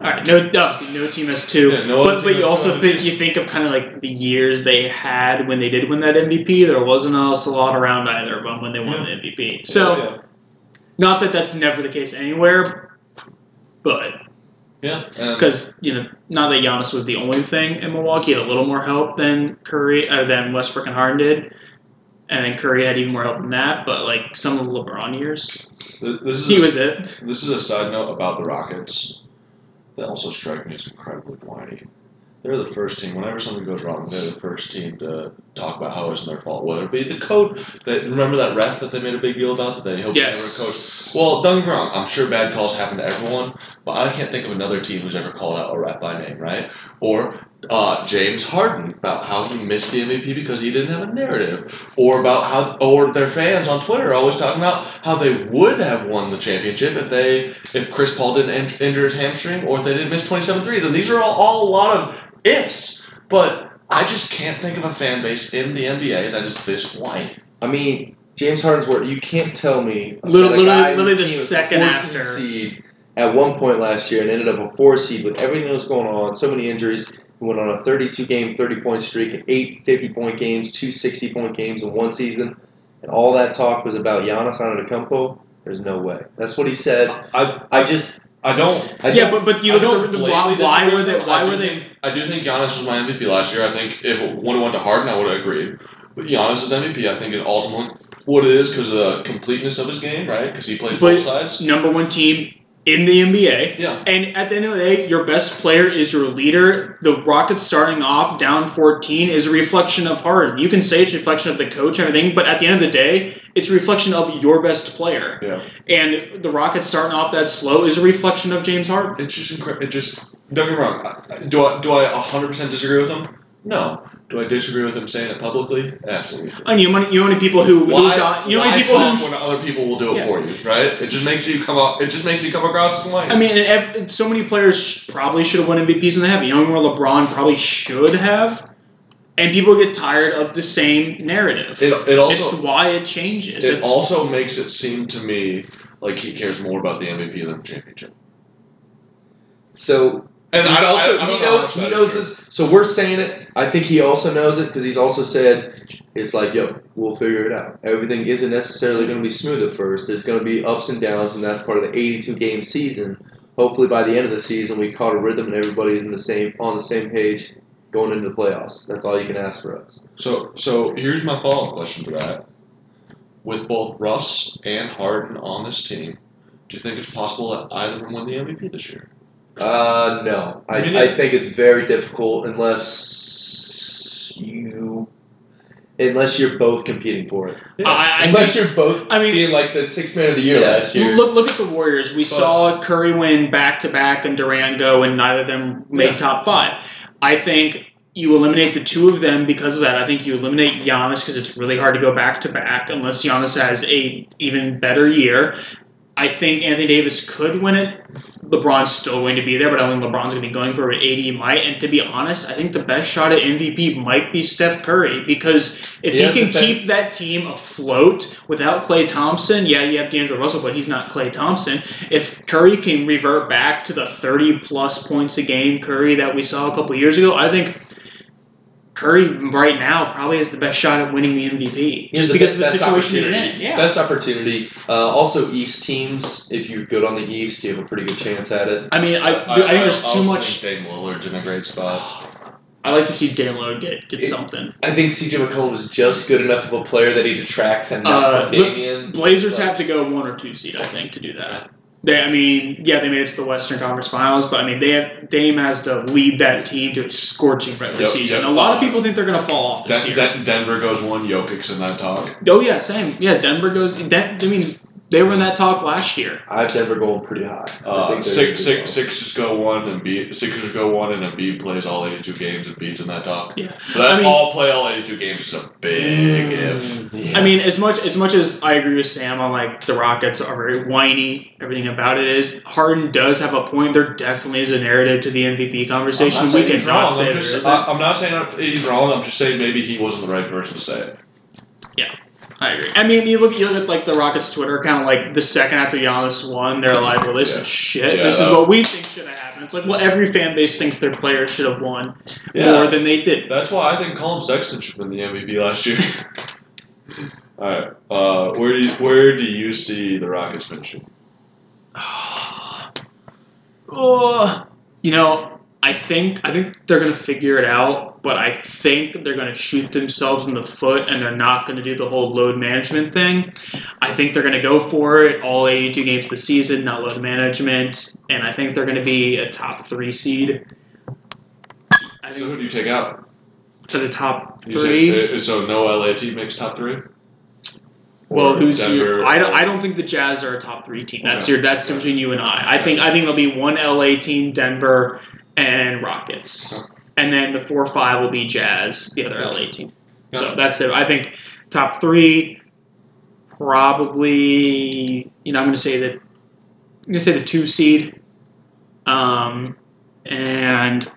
Speaker 3: All right, no, obviously no team has two,
Speaker 6: Yeah, no other
Speaker 3: but
Speaker 6: team
Speaker 3: but you
Speaker 6: has
Speaker 3: also
Speaker 6: two.
Speaker 3: think you think of kind of like the years they had when they did win that MVP. There wasn't else a lot around either of them when they won the MVP. So
Speaker 6: yeah.
Speaker 3: not that that's never the case anywhere, but
Speaker 6: yeah. And-
Speaker 3: because you know not that Giannis was the only thing in Milwaukee, he had a little more help than Curry uh, than Westbrook and Harden did, and then Curry had even more help than that. But like some of the LeBron years,
Speaker 6: Th- This is
Speaker 3: he
Speaker 6: a,
Speaker 3: was it.
Speaker 6: This is a side note about the Rockets that also strike me as incredibly whiny. They're the first team. Whenever something goes wrong, they're the first team to talk about how it wasn't their fault. Whether it be the coach, that remember that ref that they made a big deal about that they hope they never coach.
Speaker 3: Yes.
Speaker 6: Well, don't get me wrong. I'm sure bad calls happen to everyone, but I can't think of another team who's ever called out a ref by name, right? Or uh, James Harden about how he missed the MVP because he didn't have a narrative, or about how, or their fans on Twitter are always talking about how they would have won the championship if they, if Chris Paul didn't in- injure his hamstring or if they didn't miss 27 threes. And these are all, all a lot of ifs, but I just can't think of a fan base in the NBA that is this white.
Speaker 2: I mean, James Harden's work. You can't tell me.
Speaker 3: Literally-
Speaker 2: that a
Speaker 3: literally-
Speaker 2: guy whose
Speaker 3: literally the
Speaker 2: team was
Speaker 3: second
Speaker 2: 14
Speaker 3: after.
Speaker 2: seed at one point last year and ended up a four seed with everything that was going on, so many injuries. He went on a 32 game, 30 point streak, and eight 50 point games, two 60 point games in one season. And all that talk was about Giannis Antetokounmpo. There's no way. That's what he said.
Speaker 6: I,
Speaker 2: I just,
Speaker 6: I don't
Speaker 2: I
Speaker 3: yeah,
Speaker 2: don't-
Speaker 3: but but you
Speaker 6: I
Speaker 3: look at the,
Speaker 6: blatantly
Speaker 3: why, why
Speaker 6: disagree
Speaker 3: were
Speaker 6: with
Speaker 3: they
Speaker 6: him.
Speaker 3: why
Speaker 6: I do
Speaker 3: were they
Speaker 6: think- I do think Giannis was my MVP last year. I think if it would have went to Harden, I would have agreed. But Giannis is MVP. I think it ultimately what it is because of the completeness of his game, right? Because he played
Speaker 3: But-
Speaker 6: both sides.
Speaker 3: number one team in the NBA.
Speaker 6: Yeah,
Speaker 3: And at the end of the day, your best player is your leader. The Rockets starting off down 14 is a reflection of Harden. You can say it's a reflection of the coach, everything, but at the end of the day, it's a reflection of your best player.
Speaker 6: Yeah.
Speaker 3: And the Rockets starting off that slow is a reflection of James Harden.
Speaker 6: it's just incredible. It just don't get me wrong. I- I- Do I do I 100 percent disagree with him? No. Do I disagree with him saying it publicly? Absolutely.
Speaker 3: And you know, how many- you know how many people who, who
Speaker 6: Why,
Speaker 3: got you know how
Speaker 6: why
Speaker 3: many people
Speaker 6: talk
Speaker 3: who
Speaker 6: when other people will do it
Speaker 3: Yeah.
Speaker 6: for you, right? It just makes you come up. It just makes you come across as white.
Speaker 3: I mean, and ev- and so many players sh- probably should have won MVPs when they have. You know, where LeBron probably should have, and people get tired of the same narrative.
Speaker 6: it, it also
Speaker 3: it's why it changes.
Speaker 6: It
Speaker 3: it's,
Speaker 6: also makes it seem to me like he cares more about the MVP than the championship.
Speaker 2: so
Speaker 6: And
Speaker 2: he's
Speaker 6: I
Speaker 2: also
Speaker 6: I, I don't
Speaker 2: he
Speaker 6: know how
Speaker 2: knows
Speaker 6: much
Speaker 2: he
Speaker 6: that
Speaker 2: knows
Speaker 6: is true.
Speaker 2: this. So we're saying it. I think he also knows it because he's also said it's like, yo, we'll figure it out. Everything isn't necessarily going to be smooth at first. There's going to be ups and downs, and that's part of the 82 game season. Hopefully, by the end of the season, we caught a rhythm and everybody's in the same on the same page going into the playoffs. That's all you can ask for us.
Speaker 6: So, so here's my follow-up question to that: With both Russ and Harden on this team, do you think it's possible that either of them win the MVP this year?
Speaker 2: Uh, no. I,
Speaker 6: Really?
Speaker 2: I think it's very difficult unless you unless you're both competing for it.
Speaker 3: I, I,
Speaker 2: unless
Speaker 3: think-
Speaker 2: you're both
Speaker 3: I mean,
Speaker 2: being like the sixth man of the year
Speaker 6: Yeah.
Speaker 2: last year.
Speaker 3: Look, look at the Warriors. We saw Curry win back to back and Durant go, and neither of them made
Speaker 6: Yeah.
Speaker 3: top five. I think you eliminate the two of them because of that. I think you eliminate Giannis because it's really hard to go back to back unless Giannis has a even better year. I think Anthony Davis could win it, LeBron's still going to be there, but I think LeBron's going to be going for it. AD might, and to be honest, I think the best shot at MVP might be Steph Curry because if
Speaker 7: He
Speaker 3: he,
Speaker 7: hasn't
Speaker 3: can
Speaker 7: been-
Speaker 3: keep that team afloat without Clay Thompson, yeah, you have D'Angelo Russell, but he's not Clay Thompson. If Curry can revert back to the thirty plus points a game Curry that we saw a couple years ago, I think. Curry right now probably has the best shot at winning the MVP
Speaker 2: He's
Speaker 3: just
Speaker 2: the best-
Speaker 3: because of the
Speaker 2: best
Speaker 3: situation he's
Speaker 2: opportunity.
Speaker 3: in. Yeah,
Speaker 2: Best opportunity. Uh, also, East teams. If you're good on the East, you have a pretty good chance at it.
Speaker 3: I mean, I, I, think there's too
Speaker 7: also
Speaker 3: much.
Speaker 7: think Dame Lillard's in a great spot.
Speaker 3: I like to see Dan Lowe get get
Speaker 2: It-
Speaker 3: something.
Speaker 2: I think CJ McCollum is just good enough of a player that he detracts and not
Speaker 3: Uh,
Speaker 2: from Damian.
Speaker 3: Blazers
Speaker 2: So-
Speaker 3: have to go one or two seed, I think, to do that. They, I mean, yeah, they made it to the Western Conference Finals, but I mean, they have Dame has to lead that team to a scorching regular
Speaker 6: Yep,
Speaker 3: season.
Speaker 6: yep.
Speaker 3: A lot of people think they're going to fall off this year.
Speaker 6: Den- Den- Denver goes one. Jokic's in that talk.
Speaker 3: oh yeah, same. Yeah, Denver goes. Den- I mean, they were in that talk last year.
Speaker 2: I have Denver going pretty high. I
Speaker 6: Uh,
Speaker 2: think they're
Speaker 6: six,
Speaker 2: gonna do
Speaker 6: six, Sixers go one, and B Sixers go one, and Embiid plays all eighty-two games, and beats in that talk.
Speaker 3: Yeah.
Speaker 6: So that
Speaker 3: I mean-
Speaker 6: all play all eighty-two games is a big if.
Speaker 2: well. Yeah.
Speaker 3: I mean, as much as much as I agree with Sam on like the Rockets are very whiny, everything about it is Harden does have a point. There definitely is a narrative to the MVP
Speaker 6: I'm
Speaker 3: conversation.
Speaker 6: not
Speaker 3: We
Speaker 6: saying he's
Speaker 3: cannot
Speaker 6: wrong.
Speaker 3: say
Speaker 6: I'm,
Speaker 3: there
Speaker 6: just,
Speaker 3: isn't.
Speaker 6: I, am not saying he's wrong. I'm just saying maybe he wasn't the right person to say it.
Speaker 3: I agree. I mean, you look you look at like the Rockets' Twitter account. Like the second after Giannis won, they're like, "Well, this
Speaker 6: Yeah.
Speaker 3: is shit.
Speaker 6: Yeah,
Speaker 3: this is
Speaker 6: that-
Speaker 3: what we think should have happened." It's like, well, every fan base thinks their player should have won more
Speaker 6: Yeah,
Speaker 3: than they did.
Speaker 6: that's why I think Colin Sexton should win the MVP last year. [LAUGHS] all right, uh, where do you, where do you see the Rockets finishing?
Speaker 3: [SIGHS] Oh, you know, I think I think they're gonna figure it out, but I think they're gonna shoot themselves in the foot, and they're not gonna do the whole load management thing. I think they're gonna go for it all 82 games of the season, not load management, and I think they're gonna be a top three seed. I
Speaker 6: So
Speaker 3: think
Speaker 6: who do you take out?
Speaker 3: to the top
Speaker 6: You
Speaker 3: three.
Speaker 6: say- uh, so no LA team makes top three.
Speaker 3: Well,
Speaker 6: Or
Speaker 3: who's
Speaker 6: Denver
Speaker 3: your? I don't,
Speaker 6: or-
Speaker 3: I don't think the Jazz are a top three team. That's
Speaker 6: Okay.
Speaker 3: your. That's
Speaker 6: Gotcha.
Speaker 3: between you and I. I think I think it'll be one LA team, Denver, and Rockets, and then the four or five will be Jazz, the other LA team. So
Speaker 6: Gotcha.
Speaker 3: that's it. I think top three, probably. You know, I'm going to say that. I'm going to say the two seed, um, and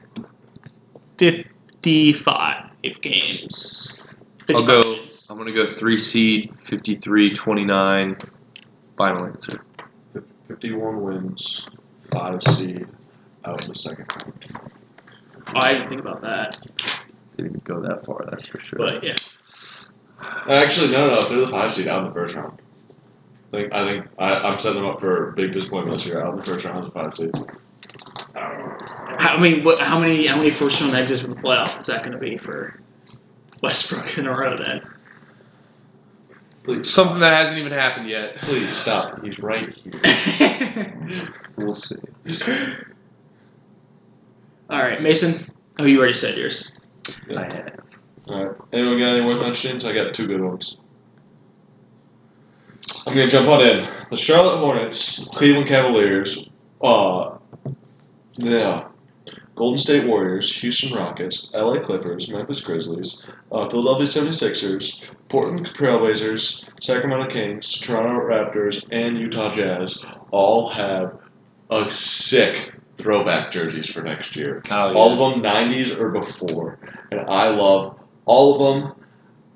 Speaker 3: fifty-five games.
Speaker 7: I'll
Speaker 3: 55
Speaker 7: go-
Speaker 3: games.
Speaker 7: I'm gonna go three seed, 53, 29. Final answer.
Speaker 6: 51 wins, 5 seed out in the second round.
Speaker 3: Oh, I didn't think about that,
Speaker 7: Didn't go that far, that's for sure.
Speaker 3: but yeah.
Speaker 6: Actually, no, no, they're the 5 seed out in the first round. I think, I think I, I'm setting them up for a big disappointment this year out in the first round as a 5 seed.
Speaker 3: How, I mean, what, how many how many first round exits from the playoff is that going to be for Westbrook in a row? Then
Speaker 6: Please,
Speaker 7: Something that hasn't even happened yet.
Speaker 6: please stop. He's right here.
Speaker 7: [LAUGHS] We'll see.
Speaker 3: all right, Mason. Oh, you already said yours.
Speaker 6: I
Speaker 7: had.
Speaker 6: Alright, anyone got any worth mentioning? I got two good ones. I'm going to jump on in. The Charlotte Hornets, Cleveland Cavaliers, uh, yeah, Golden State Warriors, Houston Rockets, LA Clippers, Memphis Grizzlies, uh, Philadelphia 76ers, Portland Trailblazers, Sacramento Kings, Toronto Raptors, and Utah Jazz all have a sick throwback jerseys for next year.
Speaker 7: Oh,
Speaker 6: All of them 90s or before. And I love all of them.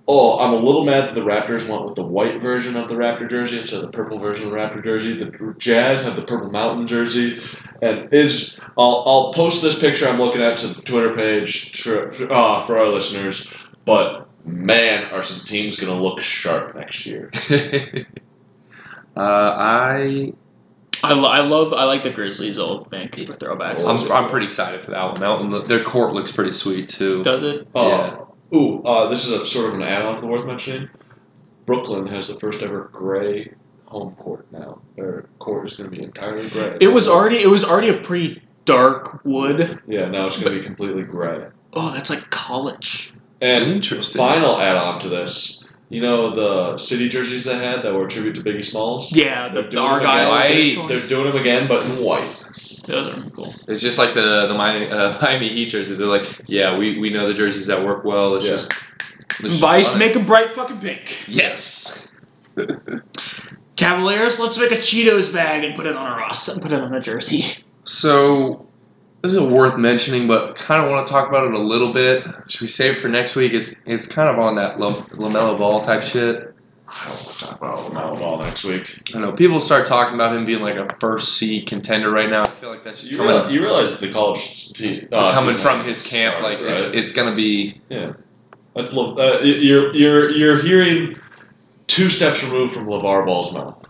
Speaker 6: Oh, I'm a little mad that the Raptors went with the white version of the Raptor jersey instead of the purple version of the Raptor jersey. The Jazz have the purple mountain jersey. And it's, I'll, I'll post this picture I'm looking at to the Twitter page for, uh, for our listeners. But man, are some teams going to look sharp next year.
Speaker 7: [LAUGHS] Oh, uh, I
Speaker 3: I, lo- I love I like the Grizzlies old bank for throwbacks.
Speaker 7: I'm, I'm pretty excited for that one. That one, look- their court looks pretty sweet too.
Speaker 3: Does it?
Speaker 6: Uh, Ooh, uh, this is a sort of an add-on to the worth mentioning. Brooklyn has the first ever gray home court now. Their court is going to be entirely gray.
Speaker 3: It was already it was already a pretty dark wood.
Speaker 6: Yeah, now it's going to be completely gray.
Speaker 3: Oh, that's like college.
Speaker 6: And
Speaker 7: Interesting.
Speaker 6: final add-on to this, you know the city jerseys they had that were a tribute to Biggie Smalls.
Speaker 3: Yeah, the,
Speaker 6: They're
Speaker 3: the
Speaker 6: doing it
Speaker 3: Argyle.
Speaker 7: again.
Speaker 3: Orange
Speaker 6: They're
Speaker 3: ones.
Speaker 6: doing them again, but in white.
Speaker 3: Those are cool.
Speaker 7: It's just like the the Miami, uh, [LAUGHS] Miami Heat jersey. They're like, yeah, we, we know the jerseys that work well. Let's
Speaker 6: Yeah.
Speaker 7: just let's just
Speaker 3: Vice,
Speaker 7: run it."
Speaker 3: make them bright fucking pink.
Speaker 7: yes.
Speaker 3: Cavaliers, let's make a Cheetos bag and put it on a Ross and put it on a jersey.
Speaker 2: So this is worth mentioning, but kind of want to talk about it a little bit. Should we save it for next week? It's it's kind of on that Lo- Lamelo Ball type shit.
Speaker 6: I don't want to talk about Lamelo Ball next week.
Speaker 2: I don't know people start talking about him being like a first seed contender right now. I feel like that's just
Speaker 6: You,
Speaker 2: coming
Speaker 6: realize, you realize that the college team uh,
Speaker 2: coming
Speaker 6: season
Speaker 2: from his camp.
Speaker 6: started,
Speaker 2: Like it's
Speaker 6: right?
Speaker 2: it's gonna be
Speaker 6: that's Le- uh, you're you're you're hearing two steps removed from Levar Ball's mouth.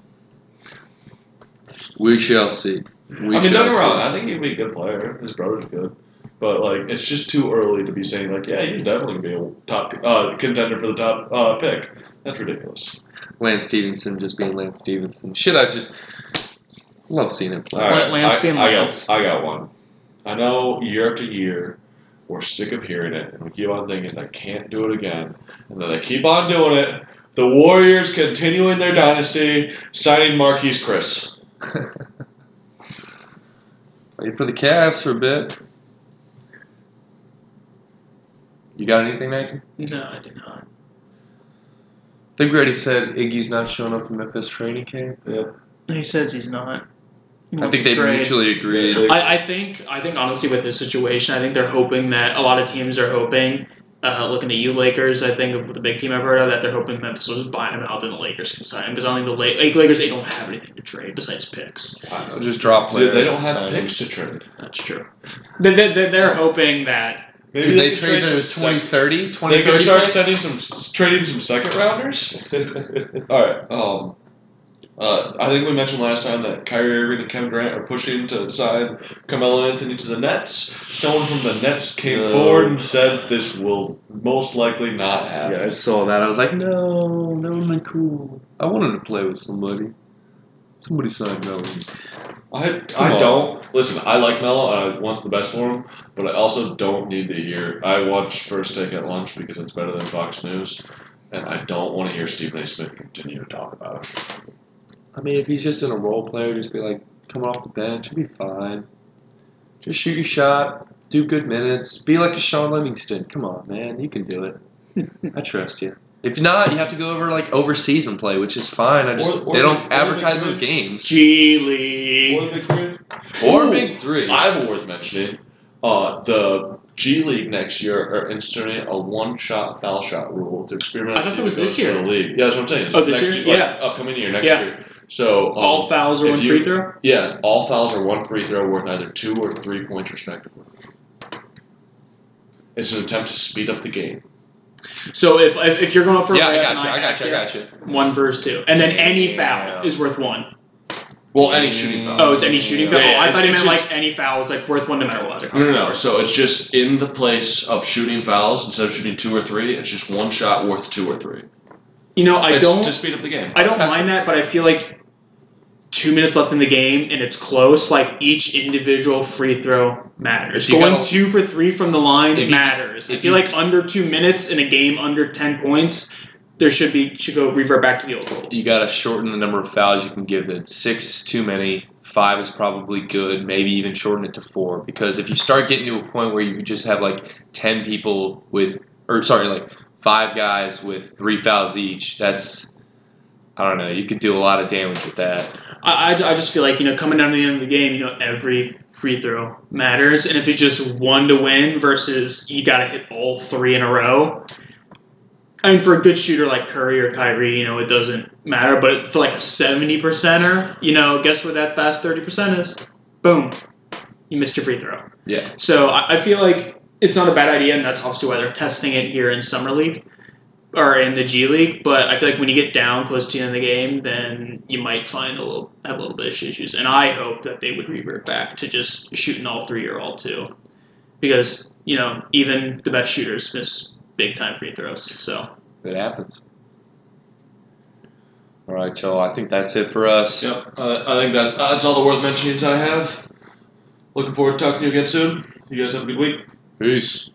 Speaker 2: we shall see. We
Speaker 6: I mean,
Speaker 2: shall
Speaker 6: don't get me
Speaker 2: see.
Speaker 6: wrong. I think he'd be a good player. His brother's good, but like, it's just too early to be saying like, yeah, he's definitely gonna be a top uh, contender for the top uh, pick. That's ridiculous.
Speaker 2: Lance Stevenson just being Lance Stevenson. Shit, I just love seeing him play.
Speaker 6: All right,
Speaker 3: Lance
Speaker 6: I,
Speaker 3: being
Speaker 6: I
Speaker 3: Lance.
Speaker 6: Got, I got one. I know year after year, we're sick of hearing it, and we keep on thinking they can't do it again, and then they keep on doing it. The Warriors continuing their dynasty, signing Marquise Chris.
Speaker 2: Wait for the Cavs for a bit. You got anything, Nathan?
Speaker 3: No, I do not.
Speaker 2: I think we already said Iggy's not showing up in Memphis training camp.
Speaker 3: He says he's not. He
Speaker 2: I
Speaker 3: wants
Speaker 2: think
Speaker 3: to
Speaker 2: they
Speaker 3: trade.
Speaker 2: mutually agreed.
Speaker 3: I, I think I think honestly with this situation, I think they're hoping that a lot of teams are hoping. Uh, looking at you, Lakers. I think of the big team I've heard of that they're hoping Memphis will just buy him out, then the Lakers can sign him because I don't think the La- like, Lakers they don't have anything to trade besides picks.
Speaker 2: I'll just drop players.
Speaker 6: Dude, they don't have
Speaker 2: Sign.
Speaker 6: picks to trade.
Speaker 3: That's true. They, they, they- they're hoping that
Speaker 6: Maybe
Speaker 2: Dude, they
Speaker 6: could
Speaker 2: trade
Speaker 6: some
Speaker 2: to
Speaker 6: sec-
Speaker 2: 2030,
Speaker 6: They could
Speaker 2: 2030
Speaker 6: start
Speaker 2: picks?
Speaker 6: sending some, s- trading some second rounders. All right. Um, uh, I think we mentioned last time that Kyrie Irving and Kevin Durant are pushing to sign Carmelo Anthony to the Nets. Someone from the Nets came
Speaker 2: No.
Speaker 6: forward and said this will most likely
Speaker 8: [LAUGHS]
Speaker 6: not
Speaker 8: Yeah,
Speaker 6: happen.
Speaker 8: I saw that. I was like, no, no, not cool.
Speaker 2: I wanted to play with somebody. Somebody signed Melo.
Speaker 6: I,
Speaker 2: Come
Speaker 6: I
Speaker 2: on.
Speaker 6: don't listen. I like Melo and I want the best for him, but I also don't need to hear. I watch First Take at lunch because it's better than Fox News, and I don't want to hear Stephen A. Smith continue to talk about it.
Speaker 2: I mean, if he's just in a role player, just be like, coming off the bench, he'll be fine. Just shoot your shot, do good minutes, be like a Sean Livingston. Come on, man, you can
Speaker 3: [LAUGHS]
Speaker 2: do it. I trust you. If not, you have to go over like overseas and play, which is fine. I just
Speaker 6: Or- or
Speaker 2: they don't
Speaker 6: Big- or
Speaker 2: advertise
Speaker 6: Big
Speaker 2: those
Speaker 6: Three.
Speaker 2: games.
Speaker 3: G League.
Speaker 6: Ooh.
Speaker 2: Or big three.
Speaker 6: I have a worth mentioning. Uh, the G League next year are instituting a one-shot foul shot rule to experiment.
Speaker 3: I thought
Speaker 6: see
Speaker 3: that
Speaker 6: if
Speaker 3: was
Speaker 6: it
Speaker 3: this
Speaker 6: goes for
Speaker 3: year.
Speaker 6: The league. Yeah, that's what I'm saying.
Speaker 3: Oh, this
Speaker 6: Next
Speaker 3: year?
Speaker 6: like, upcoming year, next
Speaker 3: Yeah.
Speaker 6: year. So um,
Speaker 3: All fouls are
Speaker 6: if
Speaker 3: one
Speaker 6: you-
Speaker 3: free throw.
Speaker 6: Yeah, all fouls are one free throw worth either two or three points respectively. It's an attempt to speed up the game.
Speaker 3: So if if, if you're going for a
Speaker 2: yeah, I
Speaker 3: layup
Speaker 2: got
Speaker 3: and
Speaker 2: you. I got you. I
Speaker 3: hack
Speaker 2: got you.
Speaker 3: it, one versus two, and then any
Speaker 2: Yeah.
Speaker 3: foul is worth one.
Speaker 6: Well, any shooting
Speaker 2: Um,
Speaker 6: foul.
Speaker 3: Oh, it's any shooting
Speaker 6: Yeah,
Speaker 3: foul.
Speaker 6: yeah,
Speaker 3: I thought he
Speaker 6: it's
Speaker 3: meant
Speaker 6: just-
Speaker 3: like any foul is like worth one no matter what.
Speaker 6: No, no, no. So it's just in the place of shooting fouls instead of shooting two or three. It's just one shot worth two or three.
Speaker 3: You know, I
Speaker 6: It's
Speaker 3: don't.
Speaker 6: to speed up the game.
Speaker 3: I don't
Speaker 2: Gotcha.
Speaker 3: mind that, but I feel like two minutes left in the game and it's close. Like each individual free throw matters.
Speaker 2: If you
Speaker 3: Going
Speaker 2: got a-
Speaker 3: two for three from the line
Speaker 2: If you-
Speaker 3: matters. I
Speaker 2: if
Speaker 3: feel
Speaker 2: you-
Speaker 3: like under two minutes in a game under ten points, there should be should go revert back to the old rule.
Speaker 2: You gotta shorten the number of fouls you can give it. Six is too many. Five is probably good. Maybe even shorten it to four. Because if you start getting to a point where you just have like ten people with, or sorry, like five guys with three fouls each, that's, I don't know. You could do a lot of damage with that.
Speaker 3: I, I, I just feel like you know coming down to the end of the game, you know every free throw matters, and if it's just one to win versus you got to hit all three in a row. I mean, for a good shooter like Curry or Kyrie, you know it doesn't matter, but for like a seventy percenter, you know, guess where that last thirty percent is? Boom, you missed your free throw.
Speaker 2: Yeah.
Speaker 3: So I, I feel like it's not a bad idea, and that's obviously why they're testing it here in summer league or in the G League. But I feel like when you get down close to the end of the game, then you might find a little have a little bit of issues. And I hope that they would revert back to just shooting all three or all two, because you know even the best shooters miss big time free throws. So
Speaker 2: It happens. All right, y'all. I think that's it for us.
Speaker 6: Yep, uh, I think that's, uh, that's all the worth mentionings I have. Looking forward to talking to you again soon. You guys have a good week.
Speaker 2: Peace.